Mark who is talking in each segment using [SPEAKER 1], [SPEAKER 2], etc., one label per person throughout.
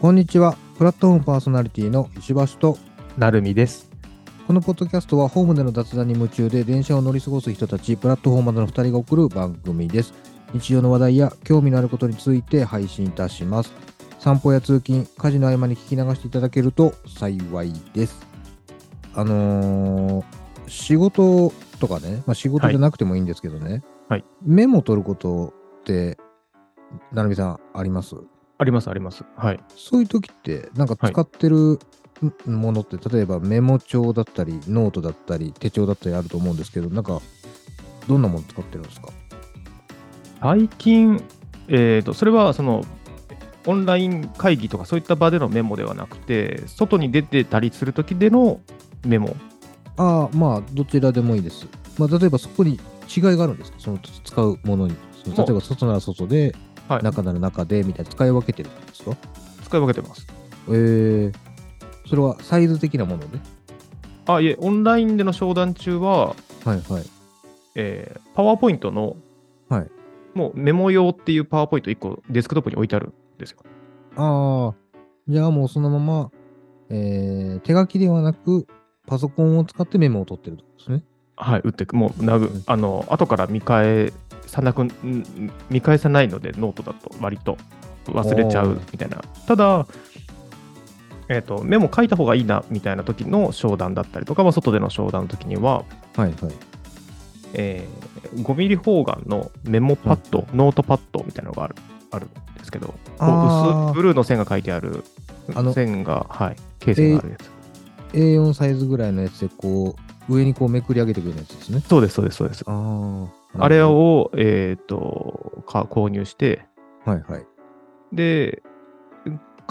[SPEAKER 1] こんにちは。プラットフォームパーソナリティの石橋と、
[SPEAKER 2] なるみです。
[SPEAKER 1] このポッドキャストはホームでの雑談に夢中で電車を乗り過ごす人たち、プラットフォーマーの2人が送る番組です。日常の話題や興味のあることについて配信いたします。散歩や通勤、家事の合間に聞き流していただけると幸いです。あのー仕事とかね、まあ、仕事じゃなくてもいいんですけどね、
[SPEAKER 2] はい
[SPEAKER 1] メモ取ることって、なるみさんあります
[SPEAKER 2] あります、あります。はい。
[SPEAKER 1] そういう時って、なんか使ってるんものって、例えばメモ帳だったり、ノートだったり、手帳だったりあると思うんですけど、なんか、どんなもの使ってるんですか
[SPEAKER 2] 最近、えー、とそれはそのオンライン会議とかそういった場でのメモではなくて、外に出てたりする時でのメモ。
[SPEAKER 1] ああ、まあ、どちらでもいいです。まあ、例えばそこに違いがあるんですかその使うものに。その
[SPEAKER 2] もう
[SPEAKER 1] 例えば外なら外で、
[SPEAKER 2] はい、
[SPEAKER 1] 中なら中で、みたいな使い分けてるんですか
[SPEAKER 2] 使い分けてます。
[SPEAKER 1] えー、それはサイズ的なもので、
[SPEAKER 2] あ、いえ、オンラインでの商談中は、
[SPEAKER 1] はいはい。
[SPEAKER 2] えー、パワーポイントの、
[SPEAKER 1] はい
[SPEAKER 2] もうメモ用っていうパワーポイント1個デスクトップに置いてあるんですよ。
[SPEAKER 1] ああ、じゃあもうそのまま、えー、手書きではなく、パソコンを使ってメモを取ってるってことですね。
[SPEAKER 2] はい、打ってく、もう、なぐ
[SPEAKER 1] うん、
[SPEAKER 2] あの、後から見返さなく、ん見返さないので、ノートだと、割と忘れちゃ
[SPEAKER 1] お
[SPEAKER 2] う
[SPEAKER 1] ー
[SPEAKER 2] みたいな。ただ、えっ、と、メモ書いた方がいいな、みたいな時の商談だったりとか、まあ、外での商談の時には、
[SPEAKER 1] はいはい。
[SPEAKER 2] えー、5ミリ方眼のメモパッド、ノートパッドみたいなのがある、あるんですけど、こう
[SPEAKER 1] あー
[SPEAKER 2] 薄いブルーの線が書いてある
[SPEAKER 1] あの、
[SPEAKER 2] 線が、はい、形線があるやつ。
[SPEAKER 1] A4 サイズぐらいのやつでこう上にこうめくり上げてくるやつですね。
[SPEAKER 2] そうです、そうです、そうです。
[SPEAKER 1] あ
[SPEAKER 2] あれ。を、えっ、と、か購入して、
[SPEAKER 1] はいはい。
[SPEAKER 2] で、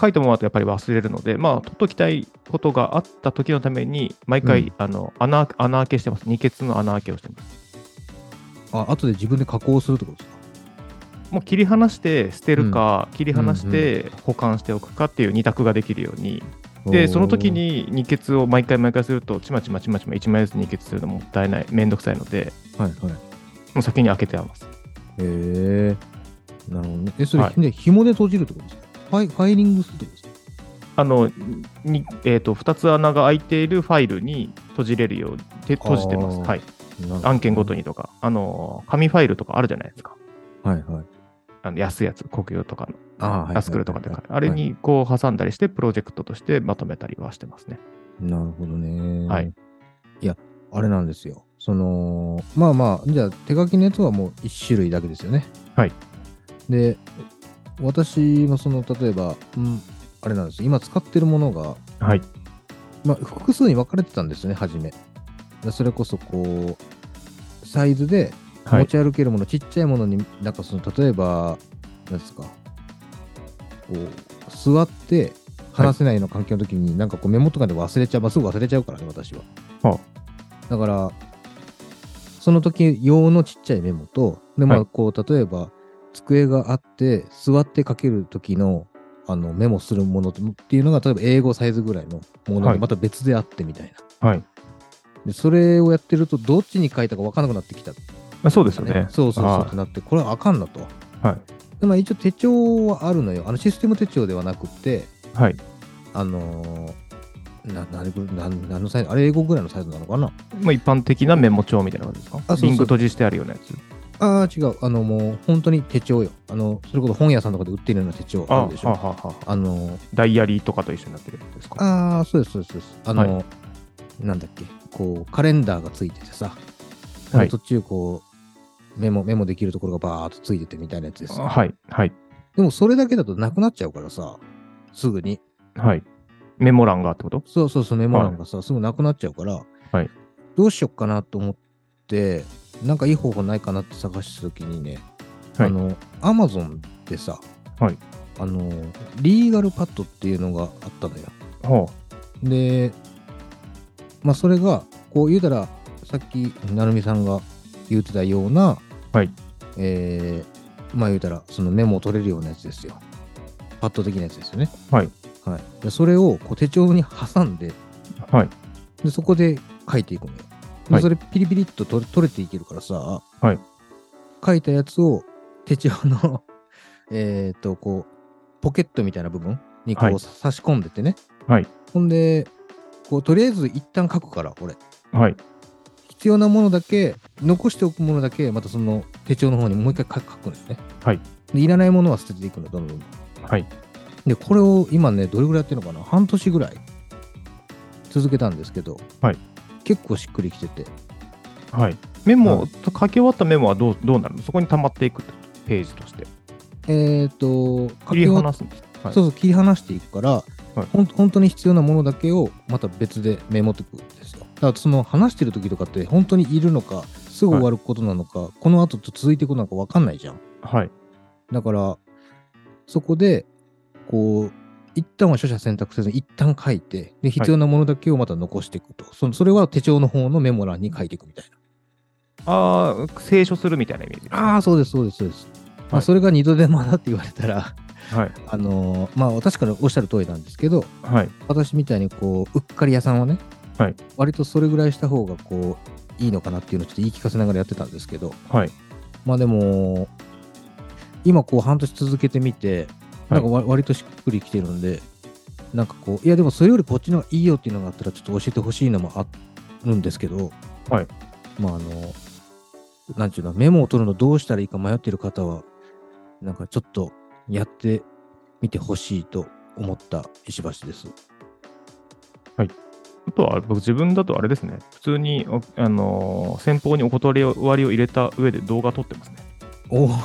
[SPEAKER 2] 書いたままだとやっぱり忘れるので、まあ、取っときたいことがあった時のために、毎回、
[SPEAKER 1] うん
[SPEAKER 2] あの穴穴開けしてます。二欠の穴開けをしてます。
[SPEAKER 1] あ後で自分で加工するってことですか
[SPEAKER 2] もう切り離して捨てるか、切り離して保管しておくかっていう二択ができるように、で、その時。に二欠を毎回毎回すると、ちまちまちまちま1枚ずつ二欠するのもったいない、めんどくさいので、
[SPEAKER 1] はいはい。
[SPEAKER 2] もう先に開けてあります。
[SPEAKER 1] へえ。なるほどね。え、それ、
[SPEAKER 2] はい
[SPEAKER 1] で紐で閉じるってことですかファイファイリングするってことですか
[SPEAKER 2] あの、にえー、と2つ穴が開いているファイルに閉じれるように、て閉じてます。
[SPEAKER 1] あー
[SPEAKER 2] はい
[SPEAKER 1] なるほど
[SPEAKER 2] 案件ごとにとか、あの、紙ファイルとかあるじゃないですか。
[SPEAKER 1] はいはい。
[SPEAKER 2] あの安いやつ、国用とかの、
[SPEAKER 1] あーはい
[SPEAKER 2] アスクルとかで
[SPEAKER 1] はいはい
[SPEAKER 2] あれにこう挟んだりして、プロジェクトとしてまとめたりはしてますね。
[SPEAKER 1] なるほどね。
[SPEAKER 2] はい。
[SPEAKER 1] いや、あれなんですよ。その、まあまあ、じゃあ手書きのやつはもう一種類だけですよね。
[SPEAKER 2] はい。
[SPEAKER 1] で、私もその、例えば、うん、あれなんです。今使ってるものが、
[SPEAKER 2] はい。
[SPEAKER 1] まあ、複数に分かれてたんですよね、初め。でそれこそ、こう、サイズで
[SPEAKER 2] は
[SPEAKER 1] 持
[SPEAKER 2] い。
[SPEAKER 1] ち歩けるもの、ちっちゃいものに、なんかその、例えば、なんですか、こう、座って、話せないような環境の時に、なんかこうメモとかで忘れちゃう、まあ、すぐ忘れちゃうからね、私は。
[SPEAKER 2] は
[SPEAKER 1] だから、その時用のちっちゃいメモと、で、ま
[SPEAKER 2] は
[SPEAKER 1] あ、こう、例えば、机があって、座って書ける時の、あの、メモするものっていうのが、例えば英語サイズぐらいのもの
[SPEAKER 2] は
[SPEAKER 1] で、
[SPEAKER 2] い
[SPEAKER 1] また別であってみたいな。
[SPEAKER 2] あはい。
[SPEAKER 1] で、それをやってると、どっちに書いたか分からなくなってきた、
[SPEAKER 2] まあ、そうですよね。
[SPEAKER 1] そうそうそう
[SPEAKER 2] は
[SPEAKER 1] っ
[SPEAKER 2] い
[SPEAKER 1] てなって、これはあかんなと。
[SPEAKER 2] は
[SPEAKER 1] でまあ、一応手帳はあるのよ。あの、システム手帳ではなくって、
[SPEAKER 2] い。はい。
[SPEAKER 1] あのーな、なるぐな何のサイズあれ英語ぐらいのサイズなのかな
[SPEAKER 2] まあ、一般的なメモ帳みたいな感じですか
[SPEAKER 1] そうそう
[SPEAKER 2] リンク閉じしてあるようなやつ。
[SPEAKER 1] ああ、違う。あの、もう、本当に手帳よ。あの、それこそ本屋さんとかで売ってるような手帳あるでし
[SPEAKER 2] あ
[SPEAKER 1] ょ。
[SPEAKER 2] はは
[SPEAKER 1] あの、
[SPEAKER 2] ダイアリーとかと一緒になってるやつですか
[SPEAKER 1] ああ、そうです、そうです、そうです。あの、なんだっけ、こう、カレンダーがついててさ、
[SPEAKER 2] はい
[SPEAKER 1] 途中、こう、メモ、メモできるところがバーっとついててみたいなやつです。
[SPEAKER 2] はい。はい。
[SPEAKER 1] でも、それだけだとなくなっちゃうからさ、すぐに。
[SPEAKER 2] はい。メモ欄がってこと
[SPEAKER 1] そうそうそう、メモ欄がさ、すぐなくなっちゃうから、
[SPEAKER 2] はい
[SPEAKER 1] どうしよっかなと思って、なんかいい方法ないかなって探したときにね、
[SPEAKER 2] はい
[SPEAKER 1] あの、アマゾンでさ、
[SPEAKER 2] はい
[SPEAKER 1] あの、リーガルパッドっていうのがあったのよ。
[SPEAKER 2] は
[SPEAKER 1] で、まあ、それが、こう言うたら、さっき、成美さんが言ってたような、
[SPEAKER 2] はい
[SPEAKER 1] えーまあ言うたら、そのメモを取れるようなやつですよ。パッド的なやつですよね。
[SPEAKER 2] はい。
[SPEAKER 1] はい、でそれをこう手帳に挟んで、
[SPEAKER 2] あはい。
[SPEAKER 1] でそこで書いていくのよ。で
[SPEAKER 2] はい
[SPEAKER 1] それピリピリっと取れ取れていけるからさ、
[SPEAKER 2] はい
[SPEAKER 1] 書 いたやつを手帳の、えっと、こう、ポケットみたいな部分、にこ
[SPEAKER 2] は
[SPEAKER 1] う
[SPEAKER 2] い
[SPEAKER 1] 差し込んでてね、
[SPEAKER 2] はい
[SPEAKER 1] ほんでこうとりあえず一旦書くから俺
[SPEAKER 2] はい。
[SPEAKER 1] 必要なものだけ残しておくものだけまたその手帳の方にもう一回書書くんですね
[SPEAKER 2] はい
[SPEAKER 1] でいらないものは捨てていくのどんどんどん
[SPEAKER 2] はい。
[SPEAKER 1] でこれを今ねどれぐらいやってるのかな半年ぐらい続けたんですけど、
[SPEAKER 2] はい
[SPEAKER 1] 結構しっくりきてて
[SPEAKER 2] はい。メモ、書き終わったメモはどうどうなるのそこに溜まっていくってことページとして。
[SPEAKER 1] えっ、と書
[SPEAKER 2] 切り
[SPEAKER 1] き終わっ
[SPEAKER 2] 離すんです。はい
[SPEAKER 1] そうそう切り離していくから、ほん本当に必要なものだけをまた別でメモっていくんですよだからその話してる時とかって本当にいるのかすぐ終わることなのか、この後と続いていくのか分かんないじゃん
[SPEAKER 2] はい。
[SPEAKER 1] だからそこでこう一旦は取捨選択せずに一旦書いてで必要なものだけをまた残していくと、そのそれは手帳の方のメモ欄に書いていくみたいな
[SPEAKER 2] ああ、清書するみたいなイメージですね。
[SPEAKER 1] ああそうですそうですそうです、ま
[SPEAKER 2] は
[SPEAKER 1] あ、
[SPEAKER 2] い
[SPEAKER 1] それが二度手間だって言われたら
[SPEAKER 2] はい。
[SPEAKER 1] あのーまあ確かにおっしゃる通りなんですけど
[SPEAKER 2] はい。
[SPEAKER 1] 私みたいにこううっかり屋さんはね、
[SPEAKER 2] はい
[SPEAKER 1] 割とそれぐらいした方がこういいのかなっていうのをちょっと言い聞かせながらやってたんですけど
[SPEAKER 2] はい。
[SPEAKER 1] まあでも今こう半年続けてみてな
[SPEAKER 2] は
[SPEAKER 1] ん
[SPEAKER 2] い
[SPEAKER 1] かわ、割としっくりきてるんでなんかこういやでもそれよりこっちの方がいいよっていうのがあったらちょっと教えてほしいのもあるんですけど、
[SPEAKER 2] はい
[SPEAKER 1] まああのなんていうのメモを取るのどうしたらいいか迷ってる方はなんかちょっとやってみてほしいと思った石橋です。
[SPEAKER 2] あとは、僕自分だとあれですね。普通に、おあのー先方にお断り割りを入れた上で動画撮ってますね。
[SPEAKER 1] おお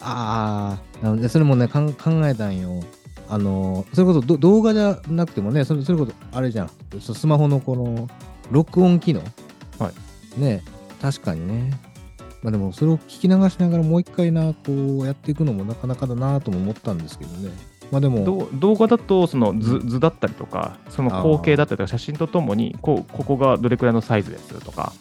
[SPEAKER 1] ああなのでそれもねかん考えたんよあのそれこそど動画じゃなくてもねそれそれこそあれじゃんそスマホのこの録音機能
[SPEAKER 2] は
[SPEAKER 1] ね確かにねまあでもそれを聞き流しながらもう一回なこうやっていくのもなかなかだなとも思ったんですけどねまあでも
[SPEAKER 2] どう動画だとその図図だったりとかその光景だったりとか写真とともにこうここがどれくらいのサイズですとか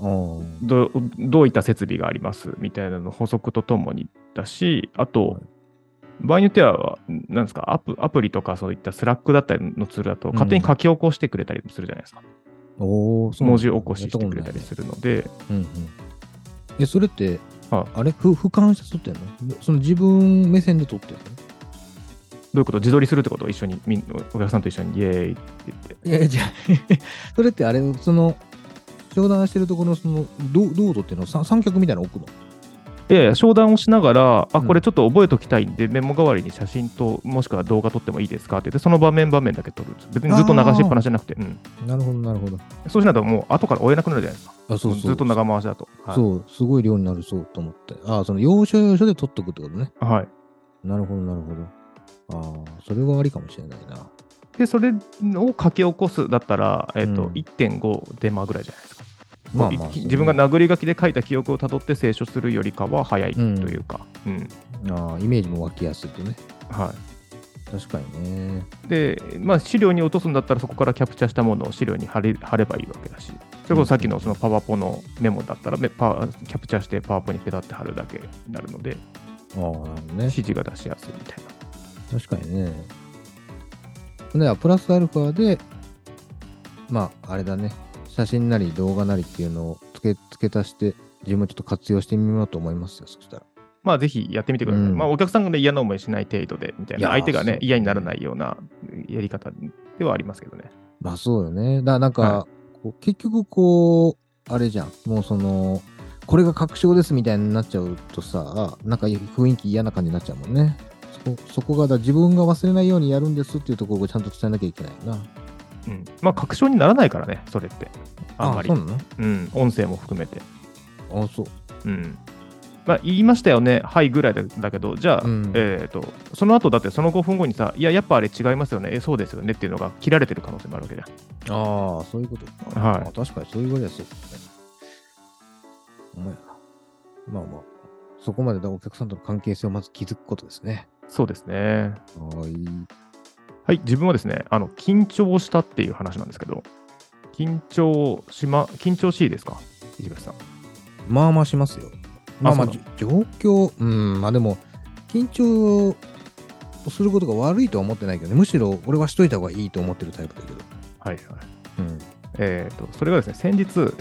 [SPEAKER 1] うん
[SPEAKER 2] どどういった設備がありますみたいなの補足とともにだしあと、
[SPEAKER 1] はい
[SPEAKER 2] 場合によってはなんですかアプアプリとかそういったスラックだったりのツールだと
[SPEAKER 1] ん
[SPEAKER 2] 勝手に書き起こしてくれたりもするじゃないですか、
[SPEAKER 1] おお
[SPEAKER 2] 文字起こししてくれたりするので、
[SPEAKER 1] うんうん、えそれって
[SPEAKER 2] は
[SPEAKER 1] あれふ俯瞰して撮ってんのその自分目線で撮ってんの
[SPEAKER 2] どういうこと自撮りするってことを一緒にみんお客さんと一緒にイエーイって言って
[SPEAKER 1] いやいや、じゃあ それってあれ、その、商談してるところの、その、どう、どうぞっていうの、三三脚みたいなの置くの
[SPEAKER 2] いやいや商談をしながら、
[SPEAKER 1] う
[SPEAKER 2] あ
[SPEAKER 1] ん
[SPEAKER 2] これちょっと覚えておきたいんで、メモ代わりに写真と、もしくは動画撮ってもいいですかって言って、その場面場面だけ撮るんです別にずっと流しっぱなしじゃなくて、うん、
[SPEAKER 1] なるほど、なるほど。
[SPEAKER 2] そうしないともう後から追えなくなるじゃないですか、
[SPEAKER 1] あ、そうそう。
[SPEAKER 2] ずっと長回しだと。はい
[SPEAKER 1] そう、すごい量になるそうと思って。あ、その、要所要所で取っとくってことね。
[SPEAKER 2] はい、
[SPEAKER 1] なるほど、なるほど。ああ、それはありかもしれないな。
[SPEAKER 2] で、それを書き起こすだったら、えっと
[SPEAKER 1] うん
[SPEAKER 2] 1.5デマぐらいじゃないですか、
[SPEAKER 1] まあまあ。
[SPEAKER 2] き自分が
[SPEAKER 1] な、
[SPEAKER 2] 殴り書きで書いた記憶をたどって清書するよりかは早いというか、うん
[SPEAKER 1] ああ、イメージも湧きやすいとね。
[SPEAKER 2] は
[SPEAKER 1] 確かにね。
[SPEAKER 2] い、で、まあ、資料に落とすんだったら、そこからキャプチャーしたものを資料に貼れ貼ればいいわけだし、それこそさっきのそのパワポのメモだったら、めパワキャプチャーしてパワポにペタって貼るだけになるので、
[SPEAKER 1] ああ、なるほどね
[SPEAKER 2] 指。示が出しやすいみたいな。
[SPEAKER 1] 確かにね。で、プラスアルファで、まあ、あれだね、写真なり動画なりっていうのを付け付け足して、自分もちょっと活用してみようと思いますよ、そしたら。
[SPEAKER 2] まあ、ぜひやってみてください。
[SPEAKER 1] うん
[SPEAKER 2] まあ、お客さんが、ね、嫌な思いしない程度で、みたい
[SPEAKER 1] いや
[SPEAKER 2] な、
[SPEAKER 1] ー
[SPEAKER 2] 相手が
[SPEAKER 1] そう
[SPEAKER 2] ね、嫌にならないようなやり方ではありますけどね。
[SPEAKER 1] まあ、そうよね。だなんか、
[SPEAKER 2] は
[SPEAKER 1] こう結局、こう、あれじゃん、もうその、これが確証ですみたいになっちゃうとさ、なんか雰囲気嫌な感じになっちゃうもんね。そこそこがだ、自分が忘れないようにやるんですっていうところをちゃんと伝えなきゃいけないな。
[SPEAKER 2] うん、まあ、確証にならないからね、それって。あんまり。
[SPEAKER 1] そううなの
[SPEAKER 2] ん、音声も含めて。
[SPEAKER 1] あそう。
[SPEAKER 2] うん。まあ、言いましたよね、はいぐらいだだけど、じゃあ、
[SPEAKER 1] うん
[SPEAKER 2] えーと、その後だってその5分後にさ、いや、やっぱあれ違いますよね、えそうですよねっていうのが切られてる可能性もあるわけじゃん。
[SPEAKER 1] ああ、そういうことか。
[SPEAKER 2] はい
[SPEAKER 1] あ確かにそう言われやすいですね。お前な。まあまあ、そこまでだお客さんとの関係性をまず築くことですね。
[SPEAKER 2] そうですね。
[SPEAKER 1] はい。
[SPEAKER 2] はい、自分はですね、あの緊張したっていう話なんですけど、緊張しま、緊張しいですか、石橋さん。
[SPEAKER 1] まあまあしますよ。まあまあ、
[SPEAKER 2] そう
[SPEAKER 1] じ状況、うん、まあでも、緊張することが悪いとは思ってないけどね、むしろ俺はしといた方がいいと思ってるタイプだけど。
[SPEAKER 2] はいはい。
[SPEAKER 1] うん。
[SPEAKER 2] えーと、それがですね、先日、えー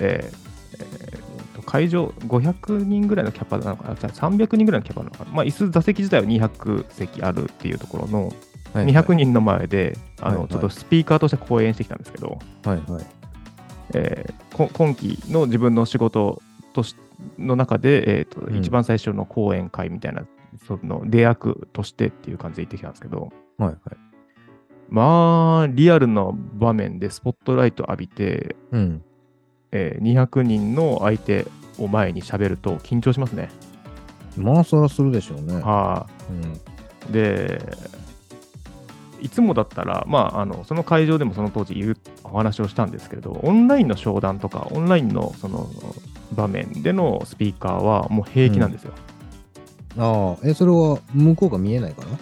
[SPEAKER 2] えーと会場500人ぐらいのキャパなのかな、じゃあ300人ぐらいのキャパなのかな、まあ、椅子座席自体は200席あるっていうところの、
[SPEAKER 1] はいはい
[SPEAKER 2] 200人の前で、あ
[SPEAKER 1] はいは
[SPEAKER 2] の
[SPEAKER 1] い
[SPEAKER 2] ちょっとスピーカーとして講演してきたんですけど、
[SPEAKER 1] はいはい。
[SPEAKER 2] えーこ今期の自分の仕事としの中で、えーと
[SPEAKER 1] うん
[SPEAKER 2] 一番最初の講演会みたいな、その出役としてっていう感じで行ってきたんですけど、
[SPEAKER 1] はいはい。
[SPEAKER 2] まあ、リアルな場面でスポットライト浴びて、
[SPEAKER 1] うん。
[SPEAKER 2] えー200人の相手を前に喋ると緊張しますね。
[SPEAKER 1] まあ、そらするでしょうね。
[SPEAKER 2] は
[SPEAKER 1] うん。
[SPEAKER 2] いで、いつもだったら、まあ、あのその会場でもその当時言うお話をしたんですけれど、オンラインの商談とか、オンラインのその場面でのスピーカーはもう平気なんですよ。
[SPEAKER 1] ああ、え、それは向こうが見えないかな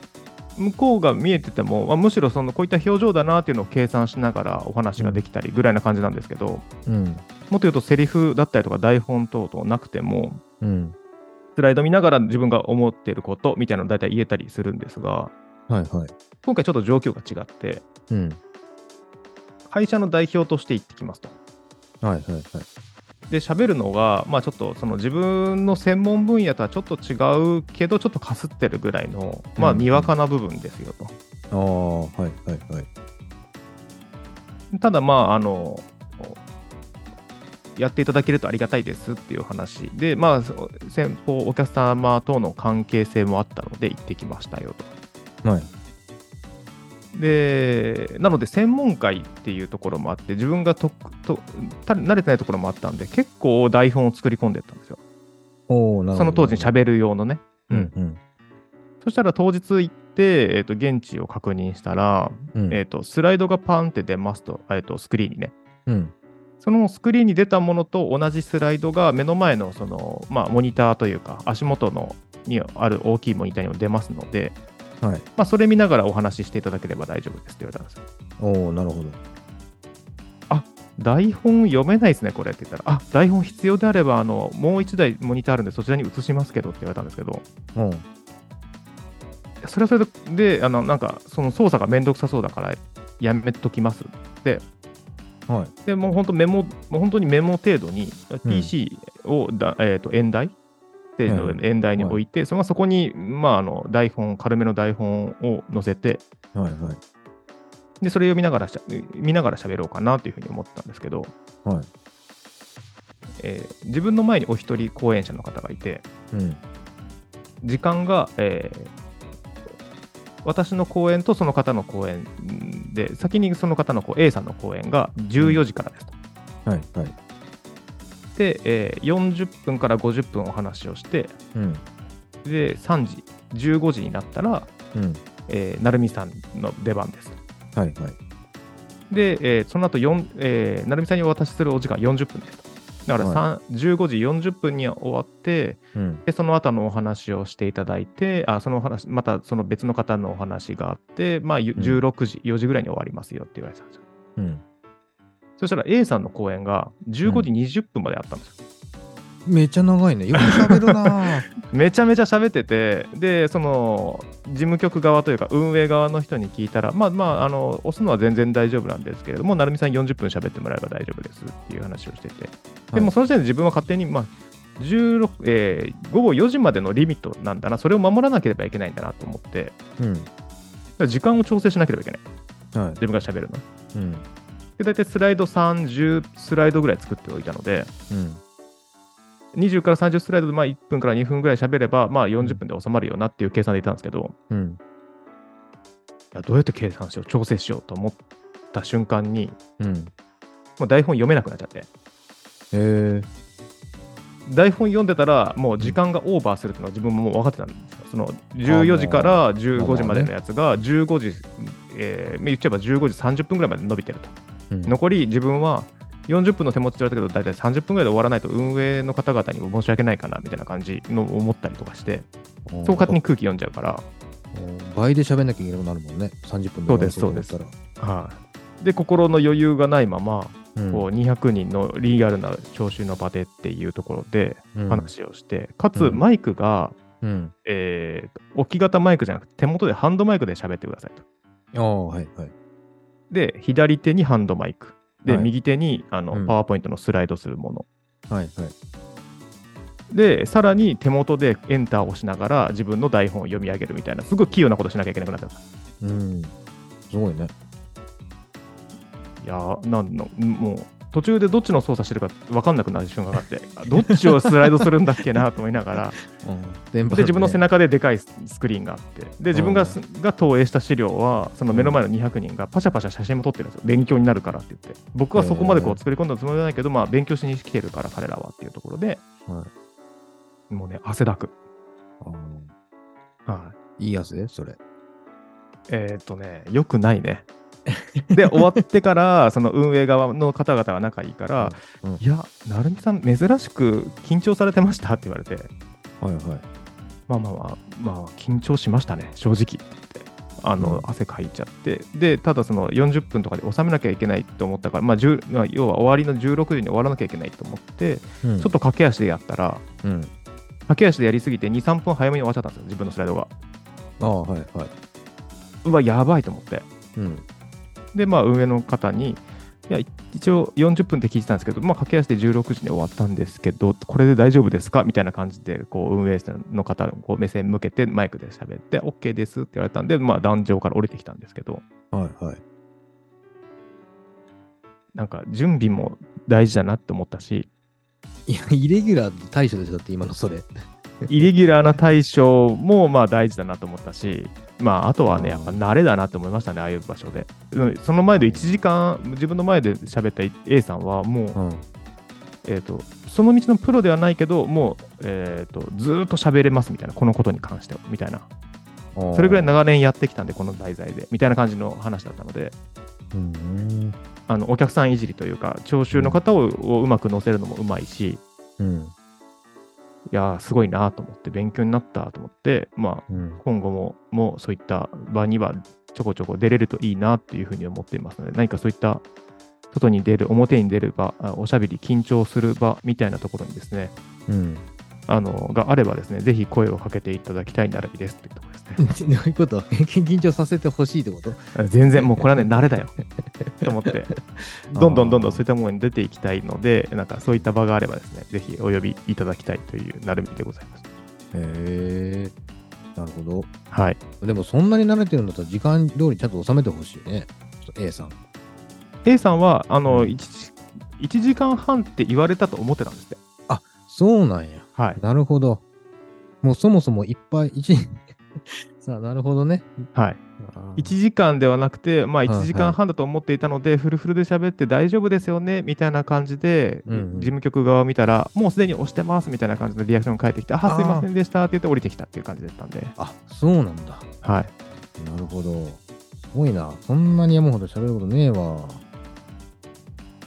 [SPEAKER 2] 向こうが見えてても、まあ、むしろそのこういった表情だなっていうのを計算しながらお話ができたりぐらいな感じなんですけど、
[SPEAKER 1] うん。
[SPEAKER 2] もっと言うとセリフだったりとか台本等々なくても
[SPEAKER 1] うん。
[SPEAKER 2] スライド見ながら自分が思っていることみたいなのを大体言えたりするんですが
[SPEAKER 1] はいはい。
[SPEAKER 2] 今回ちょっと状況が違って
[SPEAKER 1] うん。
[SPEAKER 2] 会社の代表として行ってきますと。
[SPEAKER 1] はいはいはい。
[SPEAKER 2] で喋るのが、まあ、ちょっとその自分の専門分野とはちょっと違うけどちょっとかすってるぐらいの、まあ、
[SPEAKER 1] うん
[SPEAKER 2] にわかな部分ですよ
[SPEAKER 1] あ
[SPEAKER 2] と。
[SPEAKER 1] あ、はいはいはい。
[SPEAKER 2] ただまああのやっていただけるとありがたいですっていう話でまあそ先方お客様との関係性もあったので行ってきましたよと。
[SPEAKER 1] はい。
[SPEAKER 2] でなので専門会っていうところもあって自分がととた慣れてないところもあったんで結構台本を作り込んでったんですよ
[SPEAKER 1] おおなるほど。
[SPEAKER 2] その当時に喋る用のね、
[SPEAKER 1] うんうん。
[SPEAKER 2] そしたら当日行って、えー、と現地を確認したら、
[SPEAKER 1] うん。
[SPEAKER 2] えー、とスライドがパンって出ますと,、えー、とスクリーンにね
[SPEAKER 1] うん。
[SPEAKER 2] そのスクリーンに出たものと同じスライドが目の前のその、まあ、モニターというか足元のにある大きいモニターにも出ますので、
[SPEAKER 1] はい。
[SPEAKER 2] まあ、それ見ながらお話ししていただければ大丈夫ですって言われたんですよ。
[SPEAKER 1] おおなるほど。
[SPEAKER 2] 台本読めないですね、これって言ったら、あ台本必要であればあの、もう1台モニターあるんで、そちらに移しますけどって言われたんですけど、
[SPEAKER 1] うん。
[SPEAKER 2] それはそれで、であのなんか、その操作がめんどくさそうだから、やめときますって、
[SPEAKER 1] はい。
[SPEAKER 2] でもう本当、メモ、もう本当にメモ程度に、
[SPEAKER 1] うん
[SPEAKER 2] PC をだ、えー、と演題ステージの上の演題に置いて、そのそこに、まあ、あの台本、軽めの台本を載せて、
[SPEAKER 1] はいはい。
[SPEAKER 2] でそれを見ながらしゃ見ながら喋ろうかなというふうに思ったんですけど、
[SPEAKER 1] はい。
[SPEAKER 2] えー自分の前にお一人講演者の方がいて、
[SPEAKER 1] うん。
[SPEAKER 2] 時間が、えー私の講演とその方の講演で、先にその方のこう A さんの講演が14時からですと。
[SPEAKER 1] はいはい。
[SPEAKER 2] で、えー40分から50分お話をして、
[SPEAKER 1] うん。
[SPEAKER 2] で、3時、15時になったら、
[SPEAKER 1] うん。
[SPEAKER 2] えー、成美さんの出番ですと。
[SPEAKER 1] はいはい。
[SPEAKER 2] で、えーその後四えー、成美さんにお渡しするお時間40分ですと。だから、さん15時40分には終わって、
[SPEAKER 1] うん。
[SPEAKER 2] でその後のお話をしていただいて、あそのお話またその別の方のお話があって、まあ、ゆ
[SPEAKER 1] うん
[SPEAKER 2] 16時、4時ぐらいに終わりますよって言われてたんですよ。
[SPEAKER 1] うん。
[SPEAKER 2] そしたら A さんの講演が15時20分まであったんですよ。
[SPEAKER 1] めっちゃ長いね。よく喋る なぁ。
[SPEAKER 2] めちゃめちゃ喋ってて、で、その事務局側というか、運営側の人に聞いたら、まあまあ、あの押すのは全然大丈夫なんですけれども、成美さん40分喋ってもらえば大丈夫ですっていう話をしてて、でもうその時点で自分は勝手に、まあ16えー午後4時までのリミットなんだな、それを守らなければいけないんだなと思って。
[SPEAKER 1] うん。
[SPEAKER 2] だから時間を調整しなければいけない。
[SPEAKER 1] は
[SPEAKER 2] 自分が喋るの。
[SPEAKER 1] い。うん。
[SPEAKER 2] で、大体スライド30スライドぐらい作っておいたので、
[SPEAKER 1] うん。
[SPEAKER 2] 20から30スライドでまあ1分から2分ぐらい喋れば、まあ40分で収まるよなっていう計算でいたんですけど、
[SPEAKER 1] うん。
[SPEAKER 2] いやどうやって計算しよう、調整しようと思った瞬間に、
[SPEAKER 1] うん。
[SPEAKER 2] もう台本読めなくなっちゃって、
[SPEAKER 1] へえ。
[SPEAKER 2] 台本読んでたら、もう時間がオーバーするっていうのは自分ももう分かってたんですよ。その14時から15時までのやつが、15時、えー言っちゃえば15時30分ぐらいまで伸びてると。
[SPEAKER 1] うん
[SPEAKER 2] 残り自分は40分の手持ちって言われたけど、大体30分ぐらいで終わらないと運営の方々にも申し訳ないかなみたいな感じの思ったりとかして、そう勝手に空気読んじゃうから、
[SPEAKER 1] 倍で喋んなきゃいけなくなるもんね。30分
[SPEAKER 2] そうですそうですはいで、心の余裕がないまま、こう200人のリアルな聴衆の場でっていうところで
[SPEAKER 1] うん。
[SPEAKER 2] 話をして、かつ
[SPEAKER 1] うん
[SPEAKER 2] マイクが、
[SPEAKER 1] うん。
[SPEAKER 2] えー置き型マイクじゃなくて、手元でハンドマイクで喋ってくださいと。
[SPEAKER 1] ああ、はいはい。
[SPEAKER 2] で、左手にハンドマイク。で、
[SPEAKER 1] はい
[SPEAKER 2] 右手にあの、
[SPEAKER 1] うん
[SPEAKER 2] パワーポイントのスライドするもの。
[SPEAKER 1] はいはい。
[SPEAKER 2] で、さらに手元でエンターを押しながら自分の台本を読み上げるみたいな、すごい器用なことしなきゃいけなくなっちゃった。
[SPEAKER 1] うん。すごいね。
[SPEAKER 2] いやーなんの、もう途中でどっちの操作してるか分かんなくなる瞬間があって、あどっちをスライドするんだっけなと思いなが ら、
[SPEAKER 1] うん。電波
[SPEAKER 2] で自分の背
[SPEAKER 1] 中。
[SPEAKER 2] 中ででかいススクリーンがあって、で自分がすが投影した資料は、その目の前の200人がパシャパシャ写真も撮ってるんですよ、勉強になるからって言って、僕はそこまでこ
[SPEAKER 1] へ
[SPEAKER 2] う
[SPEAKER 1] ー
[SPEAKER 2] 作り込んだつもりはないけど、まあ、勉強しに来てるから、彼らはっていうところで、
[SPEAKER 1] は
[SPEAKER 2] もうね、汗だく。
[SPEAKER 1] あ
[SPEAKER 2] はい
[SPEAKER 1] ーいいやつで、それ。
[SPEAKER 2] えーっとね、よくないね。で、終わっ てから、その運営側の方々が仲いいから、
[SPEAKER 1] うんうん
[SPEAKER 2] いや、成美さん、珍しく緊張されてましたって言われて、
[SPEAKER 1] はいはい。
[SPEAKER 2] まあまあまあ、まあ、緊張しましたね、正直って。あ
[SPEAKER 1] う
[SPEAKER 2] の
[SPEAKER 1] ん
[SPEAKER 2] 汗かいちゃって、で、ただその40分とかで収めなきゃいけないと思ったから、まあ、10まあ要は終わりの16時に終わらなきゃいけないと思って、
[SPEAKER 1] ちょ
[SPEAKER 2] ちょっと駆け足でやったら、
[SPEAKER 1] と。うん。
[SPEAKER 2] 駆け足でやりすぎて2、3分早めに終わっちゃったんですよ、自分のスライドが。
[SPEAKER 1] ああ、はいはい。
[SPEAKER 2] うわ、やばいと思って。
[SPEAKER 1] うん。
[SPEAKER 2] で、まあ、運営の方に、いや、一応40分って聞いてたんですけど、まあ、駆け足で16時に終わったんですけど、これで大丈夫ですかみたいな感じで、こう、運営者の方、こう、目線向けて、マイクで喋って、OK ですって言われたんで、まあ、壇上から降りてきたんですけど、
[SPEAKER 1] はいはい。
[SPEAKER 2] なんか、準備も大事だなって思ったし、
[SPEAKER 1] いや、イレギュラーと対処でしょ、だって今のそれ。
[SPEAKER 2] イレギュラーな対処も、まあ、大事だなと思ったし、まあ、あとはね、やっぱ慣れだなと思いましたね、ああいう場所で。うんその前で1時間、自分の前で喋った A さんは、もう、
[SPEAKER 1] ん。
[SPEAKER 2] えー、とその道のプロではないけど、もう、えー、とずーっと喋れますみたいな、このことに関してはみたいな、それぐらい長年やってきたんで、この題材でみたいな感じの話だったので、
[SPEAKER 1] うん。
[SPEAKER 2] あのお客さんいじりというか、聴衆の方ををうまく乗せるのもうまいし、
[SPEAKER 1] うん。
[SPEAKER 2] いやー、すごいなと思って、勉強になったと思って、まあ、
[SPEAKER 1] うん。
[SPEAKER 2] 今後ももうそういった場にはちょこちょこ出れるといいなっていうふうに思っていますので、何かそういった外に出る、表に出る場、あおしゃべり、緊張する場みたいなところにですね、
[SPEAKER 1] うん。
[SPEAKER 2] あのがあればですね、ぜひ声をかけていただきたいならいいですっていうところですね。
[SPEAKER 1] どういうこと緊張させてほしいってこと
[SPEAKER 2] 全然もうこれはね、慣れだよ と思って、どんどんどんどんそういったものに出ていきたいので、なんかそういった場があればですね、ぜひお呼びいただきたいというなるみでございます。
[SPEAKER 1] へえ。なるほど。
[SPEAKER 2] はい。
[SPEAKER 1] でもそんなに慣れてるんだったら時間通りちゃんと収めてほしいね。ちょっと A さん。
[SPEAKER 2] A さんは、あの、
[SPEAKER 1] うん
[SPEAKER 2] 1, 1時間半って言われたと思ってたんですって。
[SPEAKER 1] そうなんや。
[SPEAKER 2] はい。
[SPEAKER 1] なるほど。もうそもそもいっぱい、一 さあ、なるほどね。
[SPEAKER 2] はい。1時間ではなくて、まあ1時間半だと思っていたので、フルフルで喋って大丈夫ですよねみたいな感じで、
[SPEAKER 1] うんうん
[SPEAKER 2] 事務局側を見たら、もうすでに押してますみたいな感じのリアクションが返ってきて、あ、すいませんでしたって言って降りてきたっていう感じだったんで、
[SPEAKER 1] あ、そうなんだ。
[SPEAKER 2] はい。
[SPEAKER 1] なるほど。すごいな。そんなに山ほど喋ることねえわ。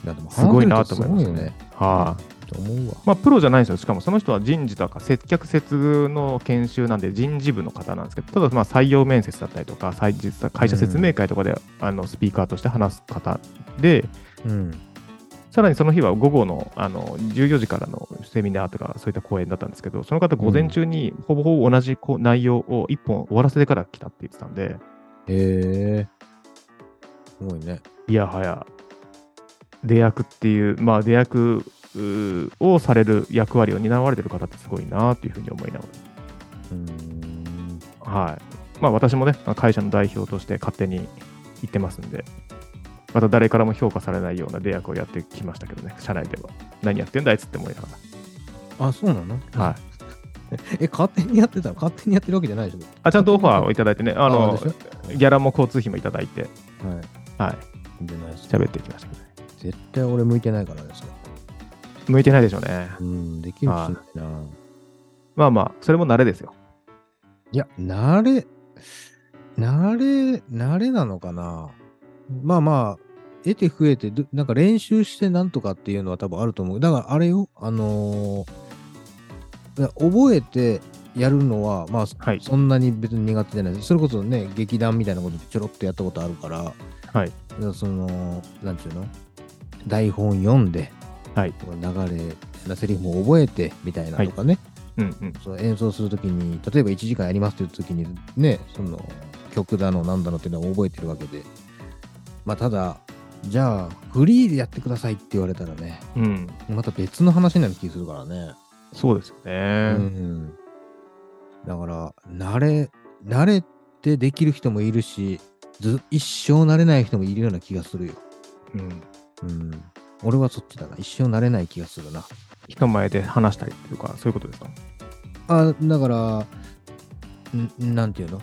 [SPEAKER 1] いや、でも
[SPEAKER 2] すごいなと思います
[SPEAKER 1] 話せる人すごいよ
[SPEAKER 2] ね
[SPEAKER 1] ね。。
[SPEAKER 2] はい。
[SPEAKER 1] と思うわ。
[SPEAKER 2] まあ、プロじゃないんですよ。しかもその人は人事とか接客接遇の研修なんで人事部の方なんですけど、ただまあ採用面接だったりとか、採実は会社説明会とかで、あのスピーカーとして話す方で、
[SPEAKER 1] うん。
[SPEAKER 2] さらにその日は午後のあの14時からのセミナーとかそういった講演だったんですけど、その方、午前中にほぼほぼ同じこう内容を1本終わらせてから来たって言ってたんで、
[SPEAKER 1] へえ。すごいね。
[SPEAKER 2] いやはや、出役っていう、まあ、出役うーをされる役割を担われてる方ってすごいなというふうに思いなが
[SPEAKER 1] うーん。
[SPEAKER 2] ら、はいまあ、私もね、会社の代表として勝手に言ってますんで、また誰からも評価されないような出役をやってきましたけどね、社内では。何やってんだあいつって思いなが
[SPEAKER 1] あ、そうなの
[SPEAKER 2] ら。はい
[SPEAKER 1] え、勝手にやってたの勝手にやってるわけじゃないでしょ
[SPEAKER 2] あちゃんとオファーをいただいてね、あの
[SPEAKER 1] でし
[SPEAKER 2] ギャラも交通費もいただいて、
[SPEAKER 1] ょはい。
[SPEAKER 2] はい、
[SPEAKER 1] じゃないです
[SPEAKER 2] 喋ってきましたけどね。
[SPEAKER 1] 絶対俺向いてないからですね。
[SPEAKER 2] 向いてないでしょうね。
[SPEAKER 1] うん、できるしないな。
[SPEAKER 2] まあまあ、それも慣れですよ。
[SPEAKER 1] いや、慣れ、慣れ、慣れなのかな。まあまあ、得て増えて、どなんか練習してなんとかっていうのは多分あると思う。だからあれよ、あのーだ覚えてやるのは、まあ、
[SPEAKER 2] はい
[SPEAKER 1] そんなに別に苦手じゃないです。それこそね、劇団みたいなことちょろっとやったことあるから、
[SPEAKER 2] はい
[SPEAKER 1] だからその、なんていうの台本読んで、
[SPEAKER 2] はい
[SPEAKER 1] 流れ、セリフも覚えてみたいなとかね、
[SPEAKER 2] うんうん。
[SPEAKER 1] その演奏するときに、例えば1時間やりますというときに、ね、その曲だの、なんだのっていうのは覚えてるわけで、まあ、ただ、じゃあ、フリーでやってくださいって言われたらね、
[SPEAKER 2] うん、
[SPEAKER 1] また別の話になる気するからね。
[SPEAKER 2] そうですよね。
[SPEAKER 1] うん、だから慣れ慣れてできる人もいるしず一生慣れない人もいるような気がするよ、
[SPEAKER 2] うん
[SPEAKER 1] うん、俺はそっちだな一生慣れない気がするな
[SPEAKER 2] 人前で話したりというか、そういうことですか。
[SPEAKER 1] あだからんなんていうの